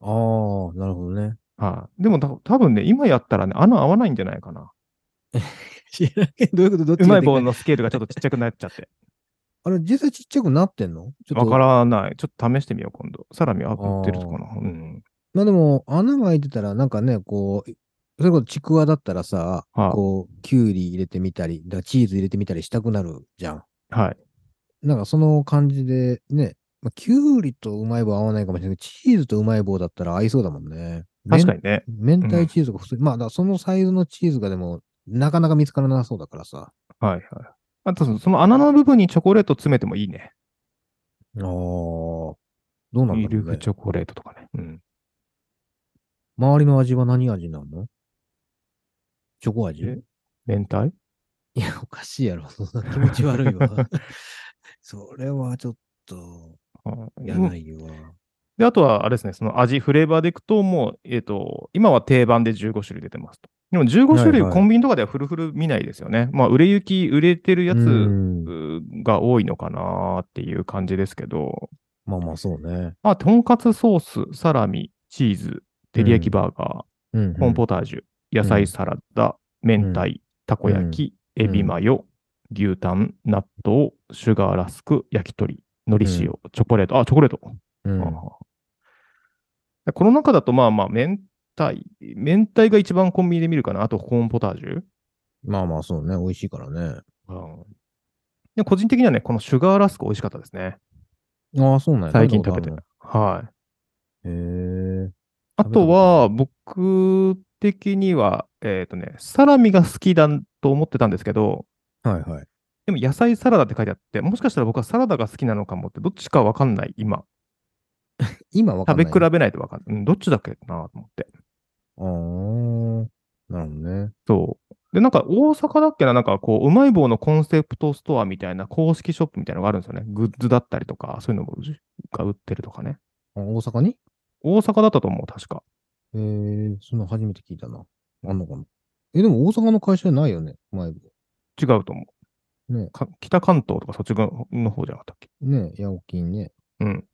[SPEAKER 1] ああ、なるほどね。
[SPEAKER 2] はい。でもた、多分ね、今やったらね、穴合わないんじゃないかな。
[SPEAKER 1] 知らんけど、どういうことどっち
[SPEAKER 2] う
[SPEAKER 1] が
[SPEAKER 2] まい
[SPEAKER 1] でか
[SPEAKER 2] 棒のスケールがちょっとちっちゃくなっちゃって。
[SPEAKER 1] あれ、実際ちっちゃくなってんの ちょっ
[SPEAKER 2] わ
[SPEAKER 1] と
[SPEAKER 2] からない。ちょっと試してみよう、今度。サラミは売ってるとかな。うん。
[SPEAKER 1] まあでも、穴が開いてたら、なんかね、こう、それこそちくわだったらさ、
[SPEAKER 2] はい
[SPEAKER 1] こう、きゅうり入れてみたり、だチーズ入れてみたりしたくなるじゃん。
[SPEAKER 2] はい。
[SPEAKER 1] なんかその感じでね、まあ、きゅうりとうまい棒合わないかもしれないけど、チーズとうまい棒だったら合いそうだもんね。
[SPEAKER 2] 確かにね。
[SPEAKER 1] に。明太チーズが普通に、まあだからそのサイズのチーズがでも、なかなか見つからなそうだからさ。
[SPEAKER 2] はいはい。あとその、その穴の部分にチョコレート詰めてもいいね。
[SPEAKER 1] ああ、どうなん
[SPEAKER 2] ミ
[SPEAKER 1] だろ
[SPEAKER 2] ル
[SPEAKER 1] う、
[SPEAKER 2] ク
[SPEAKER 1] ね。
[SPEAKER 2] チョコレートとかね。うん。
[SPEAKER 1] 周りの味は何味になるのチョコ味
[SPEAKER 2] え明太
[SPEAKER 1] いや、おかしいやろ。 そんな気持ち悪いわ。 それはちょっと、
[SPEAKER 2] はい
[SPEAKER 1] やないわ。
[SPEAKER 2] で、あとは、あれですね、その味、フレーバーでいくと、もう、えっ、と、今は定番で15種類出てますと。でも15種類、
[SPEAKER 1] はいはい
[SPEAKER 2] コンビニとかではフルフル見ないですよね。まあ、売れ行き、売れてるや
[SPEAKER 1] う
[SPEAKER 2] つ
[SPEAKER 1] ん
[SPEAKER 2] が多いのかなっていう感じですけど、
[SPEAKER 1] まあまあ、そうね。
[SPEAKER 2] まあ、とんかつソース、サラミ、チーズ、照り焼きバーガ
[SPEAKER 1] うんうん
[SPEAKER 2] ー、コーンポタージュ、野菜サラダ、明太、たこ焼き、エビマヨ、牛タン、納豆、シュガーラスク、焼き鳥、海苔塩、チョコレート、あ、チョコレート。
[SPEAKER 1] うん
[SPEAKER 2] ああこの中だと、まあまあ、明太、明太が一番コンビニで見るかな。あと、コーンポタージュ。
[SPEAKER 1] まあまあ、そうね。美味しいからね。
[SPEAKER 2] で個人的にはね、このシュガーラスク美味しかったですね。
[SPEAKER 1] ああ、そうなんや
[SPEAKER 2] 最近食べて
[SPEAKER 1] へ
[SPEAKER 2] はい。
[SPEAKER 1] え。
[SPEAKER 2] あとは、僕的には、えっ、とね、サラミが好きだと思ってたんですけど、
[SPEAKER 1] はいはい。
[SPEAKER 2] でも野菜サラダって書いてあって、もしかしたら僕はサラダが好きなのかもって、どっちかわかんない、今。
[SPEAKER 1] 今わかん
[SPEAKER 2] 食
[SPEAKER 1] ない。
[SPEAKER 2] べ比べないとわかんない。うん、どっちだっけなと思って。
[SPEAKER 1] ああ、なるほどね。
[SPEAKER 2] そう。で、なんか大阪だっけな、なんかこう、うまい棒のコンセプトストアみたいな公式ショップみたいなのがあるんですよね。グッズだったりとか、そういうのが売ってるとかね。
[SPEAKER 1] あ大阪に
[SPEAKER 2] 大阪だったと思う、確か。
[SPEAKER 1] ええ、そんなの初めて聞いたな。あんのかな。え、でも大阪の会社じゃないよね。前部。
[SPEAKER 2] 違うと思う。
[SPEAKER 1] ね
[SPEAKER 2] か北関東とかそっち側の方じゃなかったっけ
[SPEAKER 1] ねえ、ヤオキンね。
[SPEAKER 2] うん。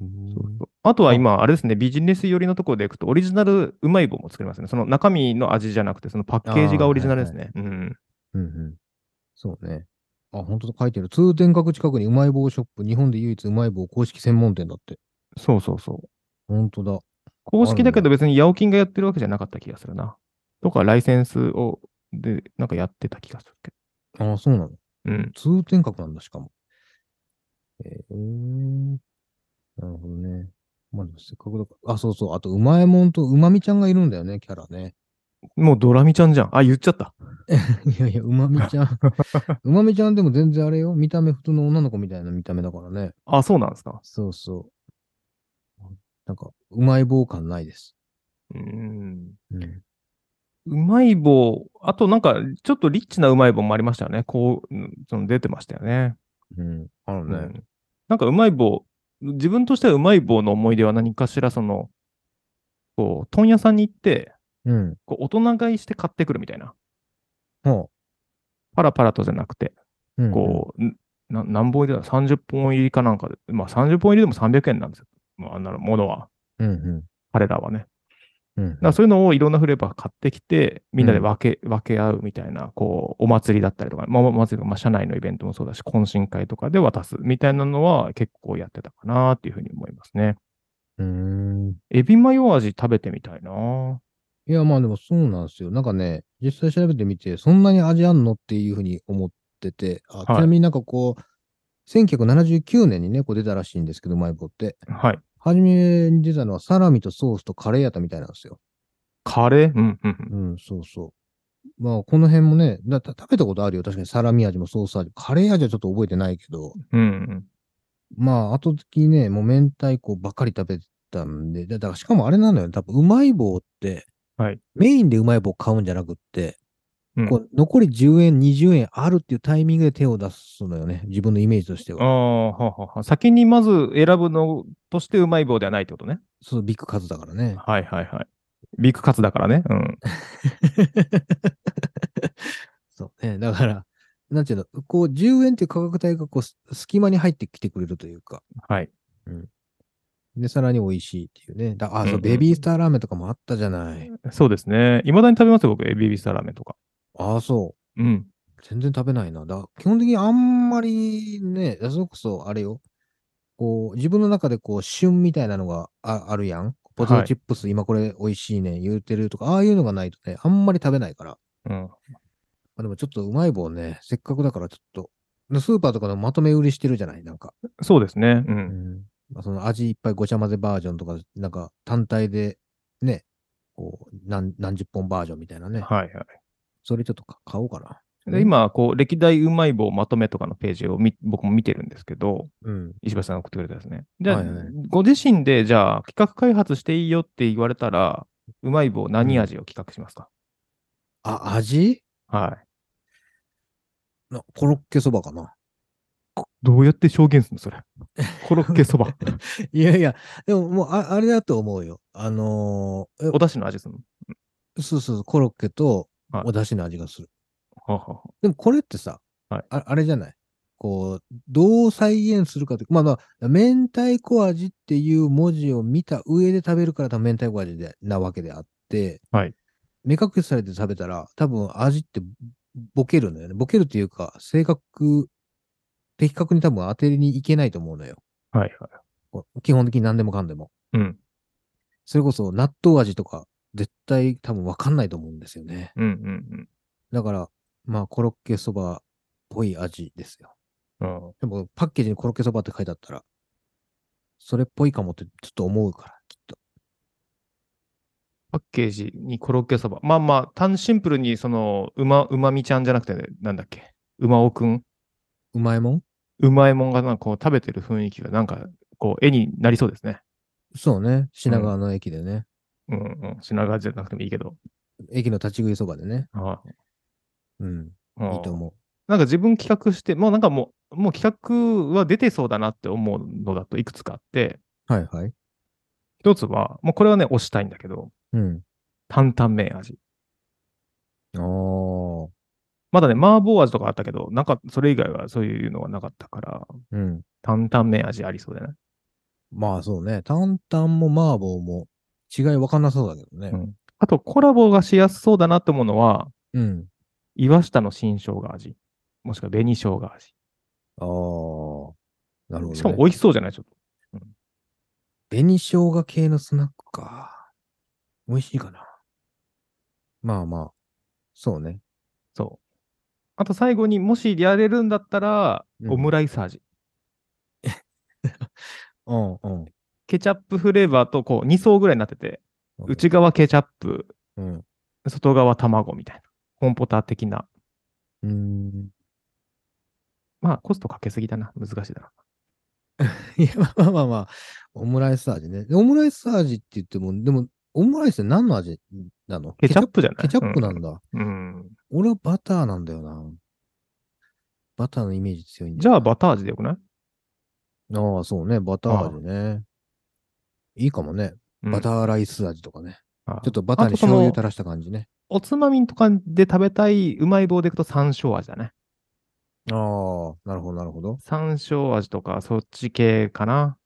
[SPEAKER 1] うん
[SPEAKER 2] そうそうあとは今、あれですね、ビジネス寄りのところでいくと、オリジナルうまい棒も作りますね。その中身の味じゃなくて、そのパッケージがオリジナルですね。うん。
[SPEAKER 1] うんうん。そうね。あ、本当だ、書いてる。通天閣近くにうまい棒ショップ、日本で唯一うまい棒公式専門店だって。
[SPEAKER 2] そうそうそう。
[SPEAKER 1] 本当だ。
[SPEAKER 2] 公式だけど別にヤオキンがやってるわけじゃなかった気がするな。とか、ライセンスを、で、なんかやってた気がするけ
[SPEAKER 1] あ、そうなの。
[SPEAKER 2] ど。うん。
[SPEAKER 1] 通天閣なんだ、しかも。えー、なるほどね。まあ、でもせっかくだから。あ、そうそう。あと、うまえもんとうまみちゃんがいるんだよね、キャラね。
[SPEAKER 2] もうドラミちゃんじゃん。あ、言っちゃった。
[SPEAKER 1] いやいや、うまみちゃ ん。うまみちゃんでも全然あれよ。見た目普通の女の子みたいな見た目だからね。
[SPEAKER 2] あ、そうなんですか。
[SPEAKER 1] そうそう。なんか、うまい棒感ないです。
[SPEAKER 2] うーん。
[SPEAKER 1] うん。
[SPEAKER 2] うまい棒、あとなんか、ちょっとリッチなうまい棒もありましたよね。こう、うんその出てましたよね。
[SPEAKER 1] うん。ある
[SPEAKER 2] う
[SPEAKER 1] ね。
[SPEAKER 2] んなんかうまい棒、自分としてはうまい棒の思い出は何かしら、その、こう、問屋さんに行って、
[SPEAKER 1] うん。
[SPEAKER 2] こう大人買いして買ってくるみたいな。
[SPEAKER 1] ほ
[SPEAKER 2] パラパラとじゃなくて、
[SPEAKER 1] う。うんうん
[SPEAKER 2] こう、んな何本入りだ ?30 本入りかなんかで、まあ30本入りでも300円なんですよ。まあ、あんなものは、
[SPEAKER 1] うんうん
[SPEAKER 2] 彼らはね。
[SPEAKER 1] うん
[SPEAKER 2] だからそういうのをいろんなフレーバー買ってきて、みんなで分け,、分け合うみたいな、こう、お祭りだったりとか、まあ、お祭りとか、まあ、社内のイベントもそうだし、懇親会とかで渡すみたいなのは結構やってたかなっていうふうに思いますね。
[SPEAKER 1] うん。うーん。
[SPEAKER 2] エビマヨ味食べてみたいない
[SPEAKER 1] や、まあでもそうなんですよ。なんかね、実際調べてみて、そんなに味あんのっていうふうに思ってて、あち
[SPEAKER 2] はい
[SPEAKER 1] なみになんかこう、1979年にね、こう出たらしいんですけど、マイボって。
[SPEAKER 2] はい。
[SPEAKER 1] 初めに出たのはサラミとソースとカレーやったみたいなんですよ。
[SPEAKER 2] カレーうんうんうん。
[SPEAKER 1] うん、そうそう。まあ、この辺もね、だた食べたことあるよ。確かにサラミ味もソース味も、カレー味はちょっと覚えてないけど、
[SPEAKER 2] うんうん。
[SPEAKER 1] まあ、後的にね、もう明太子ばっかり食べてたんで、だだからしかもあれなのよ。多分、うまい棒って、
[SPEAKER 2] はい
[SPEAKER 1] メインでうまい棒買うんじゃなくって、
[SPEAKER 2] うん
[SPEAKER 1] こう残り10円、20円あるっていうタイミングで手を出すのよね。自分のイメージとして
[SPEAKER 2] あ
[SPEAKER 1] は。
[SPEAKER 2] あ、はあはあ。先にまず選ぶのとしてうまい棒ではないってことね。
[SPEAKER 1] そう、ビッグ数だからね。
[SPEAKER 2] はいはいはい。ビッグカツだからね。うん。
[SPEAKER 1] そうね。だから、なんていうの、こう、10円っていう価格帯がこうす、隙間に入ってきてくれるというか、
[SPEAKER 2] はい。
[SPEAKER 1] で、さらに美味しいっていうね。だあ、そうう、
[SPEAKER 2] んうん
[SPEAKER 1] ベビースターラーメンとかもあったじゃない。
[SPEAKER 2] そうですね。いまだに食べますよ、僕、エビビスターラーメンとか。
[SPEAKER 1] ああ、そう。
[SPEAKER 2] うん。
[SPEAKER 1] 全然食べないな。だ基本的にあんまりね、それこそあれよ、こう、自分の中でこう、旬みたいなのがああるやん。ポテ
[SPEAKER 2] は
[SPEAKER 1] ト
[SPEAKER 2] い
[SPEAKER 1] チップス、今これ美味しいね、言うてるとか、ああいうのがないとね、あんまり食べないから。
[SPEAKER 2] うん、
[SPEAKER 1] あでもちょっとうまい棒ね、せっかくだからちょっと、でスーパーとかでもまとめ売りしてるじゃない、なんか。
[SPEAKER 2] そうですね。う。
[SPEAKER 1] うんん。まあ、その味いっぱいごちゃ混ぜバージョンとか、なんか単体でね、こう、何何十本バージョンみたいなね。
[SPEAKER 2] はいは
[SPEAKER 1] それちょっとか買おうかな。
[SPEAKER 2] い。で今、こう、歴代うまい棒まとめとかのページをみ僕も見てるんですけど、
[SPEAKER 1] うん。
[SPEAKER 2] 石橋さんが送ってくれたですね。じゃあ、
[SPEAKER 1] はいはい
[SPEAKER 2] ご自身で、じゃあ、企画開発していいよって言われたら、うまい棒何味を企画しますか、
[SPEAKER 1] あ、味
[SPEAKER 2] はい。
[SPEAKER 1] なコロッケそばかな。
[SPEAKER 2] どうやって証言するの それ。コロッケそば。
[SPEAKER 1] いやいや、でももうああれだと思うよ。あのーえ
[SPEAKER 2] お出汁の味するの
[SPEAKER 1] そうそうそう、コロッケと
[SPEAKER 2] はい
[SPEAKER 1] お出汁の味がする。
[SPEAKER 2] ははは
[SPEAKER 1] でもこれってさ、
[SPEAKER 2] はい
[SPEAKER 1] ああれじゃないこう、どう再現するかって、まあまあ、明太子味っていう文字を見た上で食べるから多分明太子味でなわけであって、
[SPEAKER 2] はい
[SPEAKER 1] 目隠しされて食べたら多分味ってボケるのよね。ボケるっていうか、正確、的確に多分当てにいけないと思うのよ。
[SPEAKER 2] はいはい。
[SPEAKER 1] こう基本的に何でもかんでも。
[SPEAKER 2] うん。
[SPEAKER 1] それこそ納豆味とか、絶対多分分かんないと思うんですよね。
[SPEAKER 2] うんうん
[SPEAKER 1] だから、まあ、コロッケそばっぽい味ですよ。
[SPEAKER 2] うん。うん
[SPEAKER 1] でも、パッケージにコロッケそばって書いてあったら、それっぽいかもってちょっと思うから、きっと。
[SPEAKER 2] パッケージにコロッケそば。まあまあ、単シンプルに、その、うま、うまみちゃんじゃなくて、なんだっけ。うまおくん。
[SPEAKER 1] うまいもん
[SPEAKER 2] うまいもんが、なんかこう、食べてる雰囲気が、なんか、こう、絵になりそうですね。
[SPEAKER 1] そうね。品川の駅でね。
[SPEAKER 2] うんうん。品川じゃなくてもいいけど。
[SPEAKER 1] 駅の立ち食いそばでね。
[SPEAKER 2] は
[SPEAKER 1] うん。
[SPEAKER 2] い
[SPEAKER 1] いいと思
[SPEAKER 2] なんか自分企画して、もうなんかもう、もう企画は出てそうだなって思うのだといくつかあって、
[SPEAKER 1] う。はいはい。
[SPEAKER 2] 一つは、もうこれはね、推したいんだけど、
[SPEAKER 1] うん。
[SPEAKER 2] 担々麺味。
[SPEAKER 1] ああ。
[SPEAKER 2] まだね、麻婆味とかあったけど、なんかそれ以外はそういうのはなかったから、
[SPEAKER 1] うん。
[SPEAKER 2] 担々麺味ありそうだね。
[SPEAKER 1] まあそうね。担々も麻婆も違い分かんなそうだけど
[SPEAKER 2] う
[SPEAKER 1] ね。
[SPEAKER 2] んあと、コラボがしやすそうだなと思うのは、
[SPEAKER 1] うん。
[SPEAKER 2] 岩下の新生姜味。もしくは紅生姜味。
[SPEAKER 1] ああ。なるほど、ね。
[SPEAKER 2] しかも美味しそうじゃないちょっと。
[SPEAKER 1] 紅生姜系のスナックか。美味しいかな。まあまあ。そうね。
[SPEAKER 2] そう。あと最後にもしやれるんだったら、
[SPEAKER 1] うん
[SPEAKER 2] オムライス味。
[SPEAKER 1] うんうん。
[SPEAKER 2] ケチャップフレーバーとこう2層ぐらいになってて、内側ケチャップ、
[SPEAKER 1] うん。う
[SPEAKER 2] 外側卵みたいな。コンポタ的な。
[SPEAKER 1] ーん。
[SPEAKER 2] まあ、コストかけすぎだな。難しいだな。
[SPEAKER 1] いや、 まあまあまあ。オムライス味ね。でオムライス味って言っても、でも、オムライスって何の味なの
[SPEAKER 2] ケチャップじゃない
[SPEAKER 1] ケチャップなんだ。
[SPEAKER 2] うん。
[SPEAKER 1] 俺はバターなんだよな。バターのイメージ強いんだ
[SPEAKER 2] じゃあ、バター味でよくない、
[SPEAKER 1] ゃあ。ああ、そうね。バター味ね。いいかもね。
[SPEAKER 2] うん
[SPEAKER 1] バターライス味とかね。
[SPEAKER 2] あ
[SPEAKER 1] ちょっとバターに
[SPEAKER 2] あとそ
[SPEAKER 1] 醤
[SPEAKER 2] の
[SPEAKER 1] 油垂らした感じね。
[SPEAKER 2] おつまみとかで食べたいうまい棒でいくと山椒味だね。
[SPEAKER 1] ああ、なるほど、なるほど。
[SPEAKER 2] 山椒味とか、そっち系かな。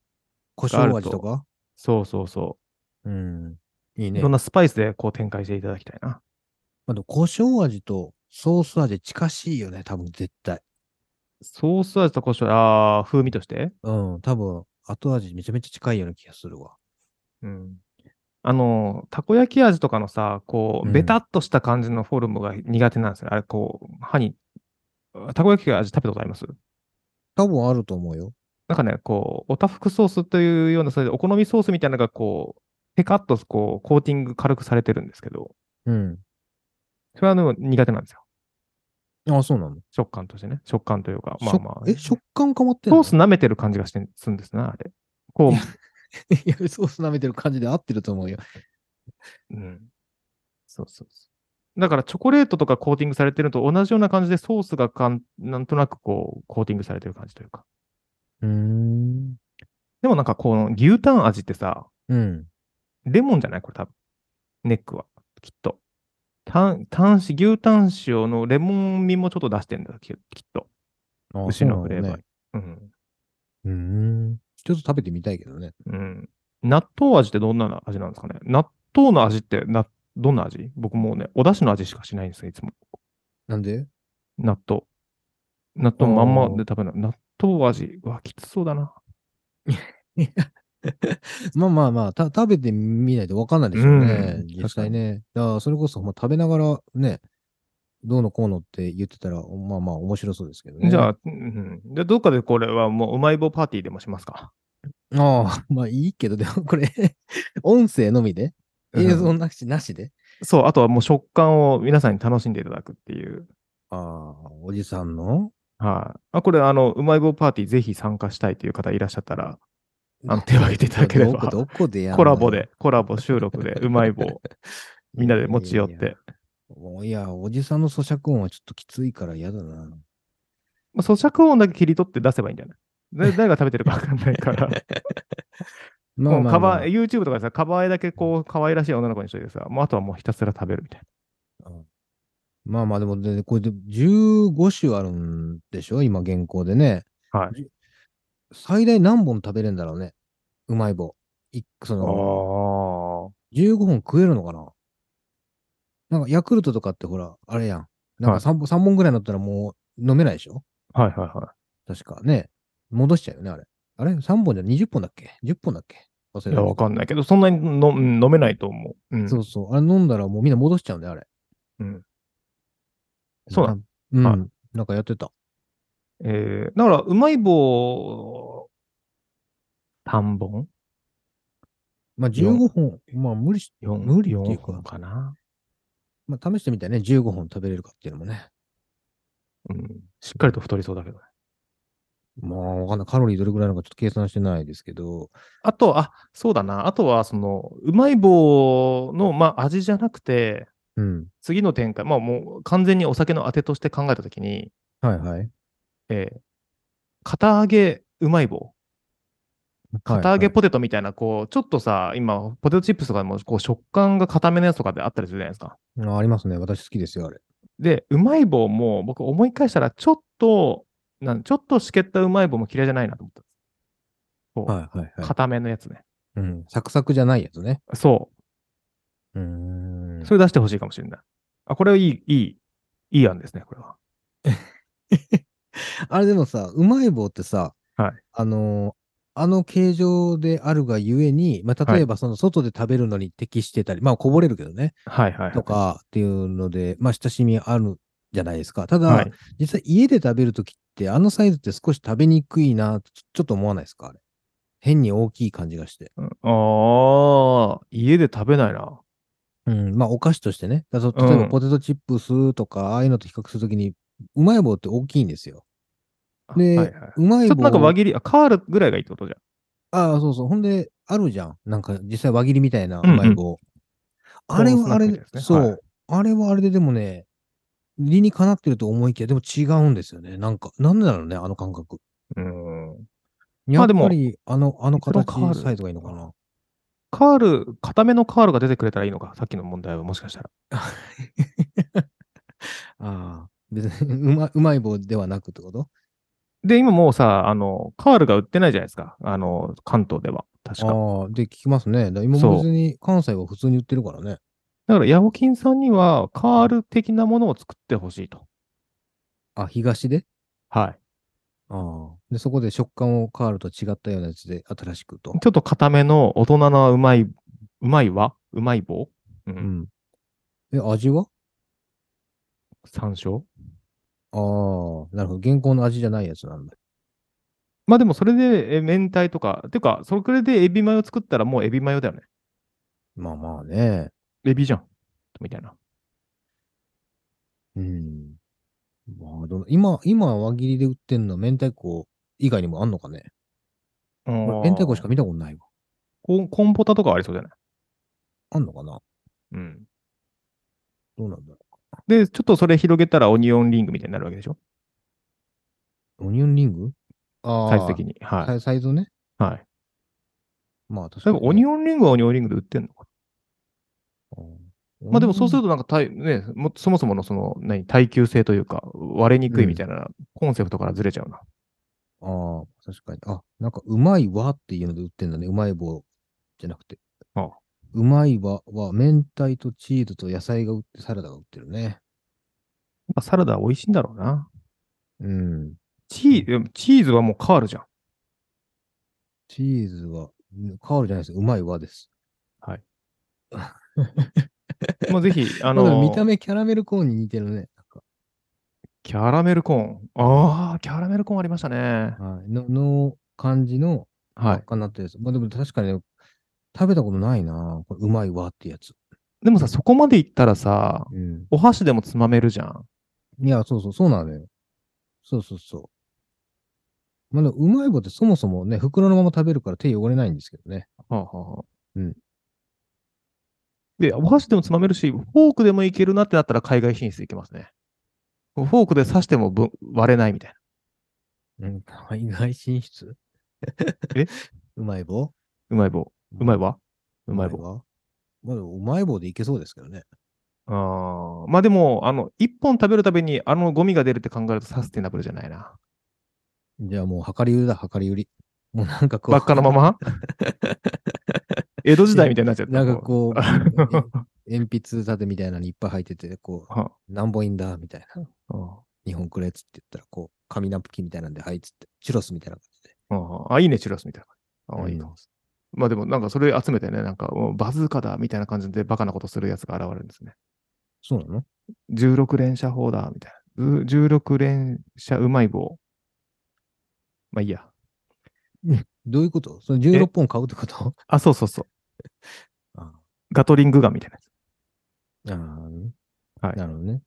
[SPEAKER 1] 胡椒味とか
[SPEAKER 2] そうそうそ。
[SPEAKER 1] うん。いいうね。
[SPEAKER 2] いろん
[SPEAKER 1] ま
[SPEAKER 2] なスパイスでこう展開していただきたいな。
[SPEAKER 1] あ、でも胡椒味とソース味近しいよね、多分絶対。
[SPEAKER 2] ソース味と胡椒、ああ、風味として。
[SPEAKER 1] うん、多分後味めちゃめちゃ近いような気がするわ。
[SPEAKER 2] うん。あの、たこ焼き味とかのさ、こ
[SPEAKER 1] う
[SPEAKER 2] う、
[SPEAKER 1] ん
[SPEAKER 2] ベタっとした感じのフォルムが苦手なんですよ。あれ、こう、歯に、たこ焼き味食べたことあります
[SPEAKER 1] 多分あると思うよ。
[SPEAKER 2] なんかね、こう、おたふくソースというような、それでお好みソースみたいなのが、こう、ペカッとこうコーティング軽くされてるんですけど、
[SPEAKER 1] うん。
[SPEAKER 2] それはあの苦手なんですよ。
[SPEAKER 1] あそうなの、
[SPEAKER 2] 食感としてね。食感というか、まあ
[SPEAKER 1] 食
[SPEAKER 2] まあ。
[SPEAKER 1] え、食感変わってん
[SPEAKER 2] ソ
[SPEAKER 1] の
[SPEAKER 2] ース舐めてる感じがしてするんですね、あれ。こ
[SPEAKER 1] いや、ソース舐めてる感じで合ってると思うよ。
[SPEAKER 2] う、うん。そうそうそう。だから、チョコレートとかコーティングされてるのと同じような感じで、ソースがかんなんとなくこう、コーティングされてる感じというか。
[SPEAKER 1] うーん。
[SPEAKER 2] でもなんか、この牛タン味ってさ、
[SPEAKER 1] うん。
[SPEAKER 2] レモンじゃないこれ多分。ネックは。きっと。タン、タンシ、牛タン塩のレモン味もちょっと出してんだよ、ききっと。
[SPEAKER 1] あ
[SPEAKER 2] 牛のフレーバー
[SPEAKER 1] ね
[SPEAKER 2] に。。うん。
[SPEAKER 1] うーん。ちょっと食べてみたいけどね。
[SPEAKER 2] うん。納豆味ってどんな味なんですかね納豆の味ってな、どんな味僕もうね、お出汁の味しかしないんですよ、いつも。
[SPEAKER 1] なんで
[SPEAKER 2] 納豆。納豆まんま
[SPEAKER 1] あー
[SPEAKER 2] で食べない。納豆味。うわ、きつそうだな。
[SPEAKER 1] まあまあまあ、た食べてみないと分かんないでしょうね。
[SPEAKER 2] うん
[SPEAKER 1] 実際ね。だからそれこそ、まあ、食べながらね、どうのこうのって言ってたら、まあまあ面白そうですけどね。
[SPEAKER 2] じゃ
[SPEAKER 1] あ。
[SPEAKER 2] あ、うん。じゃあどっかでこれはもううまい棒パーティーでもします
[SPEAKER 1] あ
[SPEAKER 2] か。
[SPEAKER 1] あ、まあいいけど、でも これ、音声のみで映像
[SPEAKER 2] うん
[SPEAKER 1] なし、なしで
[SPEAKER 2] そう、あとはもう食感を皆さんに楽しんでいただくっていう。
[SPEAKER 1] ああ、おじさんの
[SPEAKER 2] はい、あ。これ、あの、うまい棒パーティーぜひ参加したいという方いらっしゃったら、あの手を挙げていただければ
[SPEAKER 1] どこどこでやんの
[SPEAKER 2] コラボで、コラボ収録で、うま い棒、みんなで持ち寄っ
[SPEAKER 1] いやいやい
[SPEAKER 2] て。
[SPEAKER 1] もういや、おじさんの咀嚼音はちょっときついから嫌だな。
[SPEAKER 2] まあ、咀嚼音だけ切り取って出せばいいんじゃないだ誰が食べてるか分かんない から。
[SPEAKER 1] ま
[SPEAKER 2] もうカ
[SPEAKER 1] ま
[SPEAKER 2] バー YouTube とかでさ、カバー絵だけこう、可愛らしい女の子にしといてさ、もうあとはもうひたすら食べるみたい
[SPEAKER 1] まあまあでも、ね、これで15種あるんでしょ今現行でね。
[SPEAKER 2] な。はい。
[SPEAKER 1] 最大何本食べれんだろうねうまい棒。いその、
[SPEAKER 2] あ
[SPEAKER 1] 15本食えるのかななんかヤクルトとかってほら、あれやん。なん
[SPEAKER 2] は
[SPEAKER 1] か
[SPEAKER 2] い
[SPEAKER 1] 3, 本三本ぐらい乗ったらもう飲めないでしょ
[SPEAKER 2] あ。はいはいは
[SPEAKER 1] 確かね。戻しちゃうよね、あれ。あれ ?3 本じゃ20本だっけ ?10 本だっけ忘
[SPEAKER 2] い。
[SPEAKER 1] れた
[SPEAKER 2] いや、
[SPEAKER 1] けど
[SPEAKER 2] わかんないけど、そんなにのうん飲めないと思う。うん。
[SPEAKER 1] そうそう。あれ飲んだらもうみんな戻しちゃうんだよ、あれ。
[SPEAKER 2] うんそうだ
[SPEAKER 1] な。うん。
[SPEAKER 2] はい
[SPEAKER 1] なんかやってた。
[SPEAKER 2] えー、だから、うまい棒、3本
[SPEAKER 1] まあ15本、まあ無理し、
[SPEAKER 2] 四
[SPEAKER 1] 無理っていう
[SPEAKER 2] 四
[SPEAKER 1] か
[SPEAKER 2] 本、かな、
[SPEAKER 1] まあ試してみたいね。15本食べれるかっていうのもね。
[SPEAKER 2] うん。しっかりと太りそうだけどね。
[SPEAKER 1] まあわかんない。カロリーどれぐらいなのかちょっと計算してないですけど。
[SPEAKER 2] あと、あ、そうだな。あとは、その、うまい棒の、まあ、味じゃなくて、
[SPEAKER 1] うん。
[SPEAKER 2] 次の展開、まあ、もう完全にお酒のあてとして考えたときに、
[SPEAKER 1] はいはい。
[SPEAKER 2] えー、片揚げうまい棒。片揚げ
[SPEAKER 1] ポ
[SPEAKER 2] ポテトみたいな、こう、ちょっとさ、今、ポテトチップスとかでも、こう、食感が固めのやつとかであったりするじゃないですか。
[SPEAKER 1] あありますね。私好きですよ、あれ。
[SPEAKER 2] で、うまい棒も、僕思い返したら、ちょっと、なんちょっとしけったうまい棒も嫌いじゃないなと思った。こう、
[SPEAKER 1] いはいい。
[SPEAKER 2] 固めのやつね。
[SPEAKER 1] うん。サクサクじゃないやつね。
[SPEAKER 2] そう
[SPEAKER 1] ーん
[SPEAKER 2] う。それ出してほしいかもしれない。あ、これはいい、いい、いい案ですね、これは。
[SPEAKER 1] あれでもさ、うまい棒ってさ、
[SPEAKER 2] はい
[SPEAKER 1] あのーあの形状であるがゆえに、まあ、
[SPEAKER 2] はい
[SPEAKER 1] 例えばその外で食べるのに適してたり、まあこぼれるけどね、
[SPEAKER 2] はいはいはい。
[SPEAKER 1] とかっていうので、まあ親しみあるじゃないですか。ただ、
[SPEAKER 2] はい。
[SPEAKER 1] 実際家で食べるときって、あのサイズって少し食べにくいな、ちょちょっと思わないですかあれ変に大きい感じがして。
[SPEAKER 2] うんああ、家で食べないな。
[SPEAKER 1] うん、まあお菓子としてね。だからそ例え
[SPEAKER 2] う
[SPEAKER 1] ば
[SPEAKER 2] ん
[SPEAKER 1] ポテトチップスとか、ああいうのと比較するときに、うまい棒って大きいんですよ。で、
[SPEAKER 2] はいはいう
[SPEAKER 1] まい棒。
[SPEAKER 2] ちょっとなんか輪切り、あ、カールぐらいがいいってことじゃん。
[SPEAKER 1] ああ、そうそう。ほんで、あるじゃん。なんか、実際輪切りみたいな、
[SPEAKER 2] うんうん
[SPEAKER 1] うまい棒。あれはあれ
[SPEAKER 2] コーンスナックみたいですね
[SPEAKER 1] そう、
[SPEAKER 2] はい
[SPEAKER 1] あれはあれででもね、理にかなってると思いきや、でも違うんですよね。なんか、なんでだろうね、あの感覚。
[SPEAKER 2] うん。ま
[SPEAKER 1] や
[SPEAKER 2] あ
[SPEAKER 1] っ
[SPEAKER 2] でも
[SPEAKER 1] ぱり、あの、あの
[SPEAKER 2] いくらかかる
[SPEAKER 1] 形、サイズがいいのかな。
[SPEAKER 2] カール、固めのカールが出てくれたらいいのか、さっきの問題はもしかしたら。
[SPEAKER 1] ああ。別にうまうまい棒ではなくってこと
[SPEAKER 2] で、今もうさ、あの、カールが売ってないじゃないですか。あの、関東では。確か。
[SPEAKER 1] ああ、で、聞きますね。だ今も別に関西は普通に売ってるからね。
[SPEAKER 2] だから、ヤオキンさんには、カール的なものを作ってほしいと。
[SPEAKER 1] あ、東で
[SPEAKER 2] はい。
[SPEAKER 1] ああ。で、そこで食感をカールと違ったようなやつで新しくと。
[SPEAKER 2] ちょっと固めの大人のうまい、うまいわうまい棒う。
[SPEAKER 1] うんん。え、味は
[SPEAKER 2] 山椒
[SPEAKER 1] ああ、なるほど。現行の味じゃないやつなんだ。
[SPEAKER 2] まあでもそれで、え明太とか、てか、それでエビマヨ作ったらもうエビマヨだよね。
[SPEAKER 1] まあまあね。
[SPEAKER 2] エビじゃん。みたいな。
[SPEAKER 1] うん。まあ、どの今、今輪切りで売ってんのは明太子以外にもあんのかね。俺明太子しか見たことないわ。
[SPEAKER 2] コンコンポタとかありそうじゃない
[SPEAKER 1] あんのかな
[SPEAKER 2] うん。
[SPEAKER 1] どうなんだろ
[SPEAKER 2] で、ちょっとそれ広げたらオニオンリングみたいになるわけでしょ
[SPEAKER 1] う。オニオンリングああ。
[SPEAKER 2] サイズ的に。は
[SPEAKER 1] サイサイズね。
[SPEAKER 2] い。はい。
[SPEAKER 1] まあ、確
[SPEAKER 2] 例
[SPEAKER 1] か
[SPEAKER 2] え
[SPEAKER 1] に
[SPEAKER 2] ば
[SPEAKER 1] ね、
[SPEAKER 2] オニオンリングはオニオンリングで売ってんのか
[SPEAKER 1] うん
[SPEAKER 2] まあでもそうする
[SPEAKER 1] と。
[SPEAKER 2] となんかたい、ね、もそもそものその、何、耐久性というか、割れにくいみたいなコンセプトからずれちゃうな。
[SPEAKER 1] ああ、確かに。あ、なんか、うまいわっていうので売ってんだね。うまい棒じゃなくて。
[SPEAKER 2] ああ
[SPEAKER 1] うまいわは、明太とチーズと野菜が売って、サラダが売ってるね。
[SPEAKER 2] やっぱサラダは美味しいんだろうな。
[SPEAKER 1] うん。
[SPEAKER 2] チーチーズはもうカールじゃん。
[SPEAKER 1] チーズは、うんカールじゃないです。うまいわです。
[SPEAKER 2] まあ、ぜ ひ、あ
[SPEAKER 1] あの、
[SPEAKER 2] の、
[SPEAKER 1] 見た目キャラメルコーンに似てるね。
[SPEAKER 2] キャラメルコーン。ああ、キャラメルコーンありましたね。
[SPEAKER 1] はい。の、の感じの、
[SPEAKER 2] は
[SPEAKER 1] 真っ赤になってるやつ。まあでも確かにね、食べたことないな。これうまいわってやつ。
[SPEAKER 2] い。でもさ、そこまでいったらさ、
[SPEAKER 1] うん。
[SPEAKER 2] お箸でもつまめるじゃん。
[SPEAKER 1] いや、そうそう、そうなのよ。そうそうそう。まあでもうまい棒ってそもそもね、袋のまま食べるから手汚れないんですけどね。
[SPEAKER 2] はあはあはあ
[SPEAKER 1] うん
[SPEAKER 2] で、お箸でもつまめるし、フォークでもいけるなってなったら海外進出いけますね。フォークで刺してもぶ割れないみたいな。
[SPEAKER 1] うん、海外進 出
[SPEAKER 2] え
[SPEAKER 1] うまい棒
[SPEAKER 2] うまい棒。うまいわうまい棒。
[SPEAKER 1] わまあでもうまい棒でいけそうですけどね。
[SPEAKER 2] あーまあでも、あの、一本食べるたびにあのゴミが出るって考えるとサステナブルじゃないな。
[SPEAKER 1] じゃあもう量り売りだ、量り売り。もうなんかこう。
[SPEAKER 2] ばっかの まま江戸時代みたいになっちゃった。
[SPEAKER 1] なんかこ う、
[SPEAKER 2] う
[SPEAKER 1] 鉛筆立てみたいなのにいっぱい入ってて、こ
[SPEAKER 2] は
[SPEAKER 1] う、なんぼいいんだ、みたいな。
[SPEAKER 2] あ
[SPEAKER 1] 日本くれっつって言ったら、こう、紙ナプキンみたいなんで、はいっつって、チュロスみたいな感じで。
[SPEAKER 2] ああ、いいね、チュラスみたいな。ああ、いいな
[SPEAKER 1] う。
[SPEAKER 2] まあでも、なんかそれ集めてね、なんかうんバズーカだみたいな感じでバカなことするやつが現れるんですね。
[SPEAKER 1] そうなの
[SPEAKER 2] 16連射砲だみたいな。う16連射うまい棒。まあいいや。
[SPEAKER 1] どういうことその16本買うってこと
[SPEAKER 2] あ、そうそうそう。
[SPEAKER 1] あ
[SPEAKER 2] ガトリングガンみたいなやつ。
[SPEAKER 1] あー、
[SPEAKER 2] はい
[SPEAKER 1] なるほどね。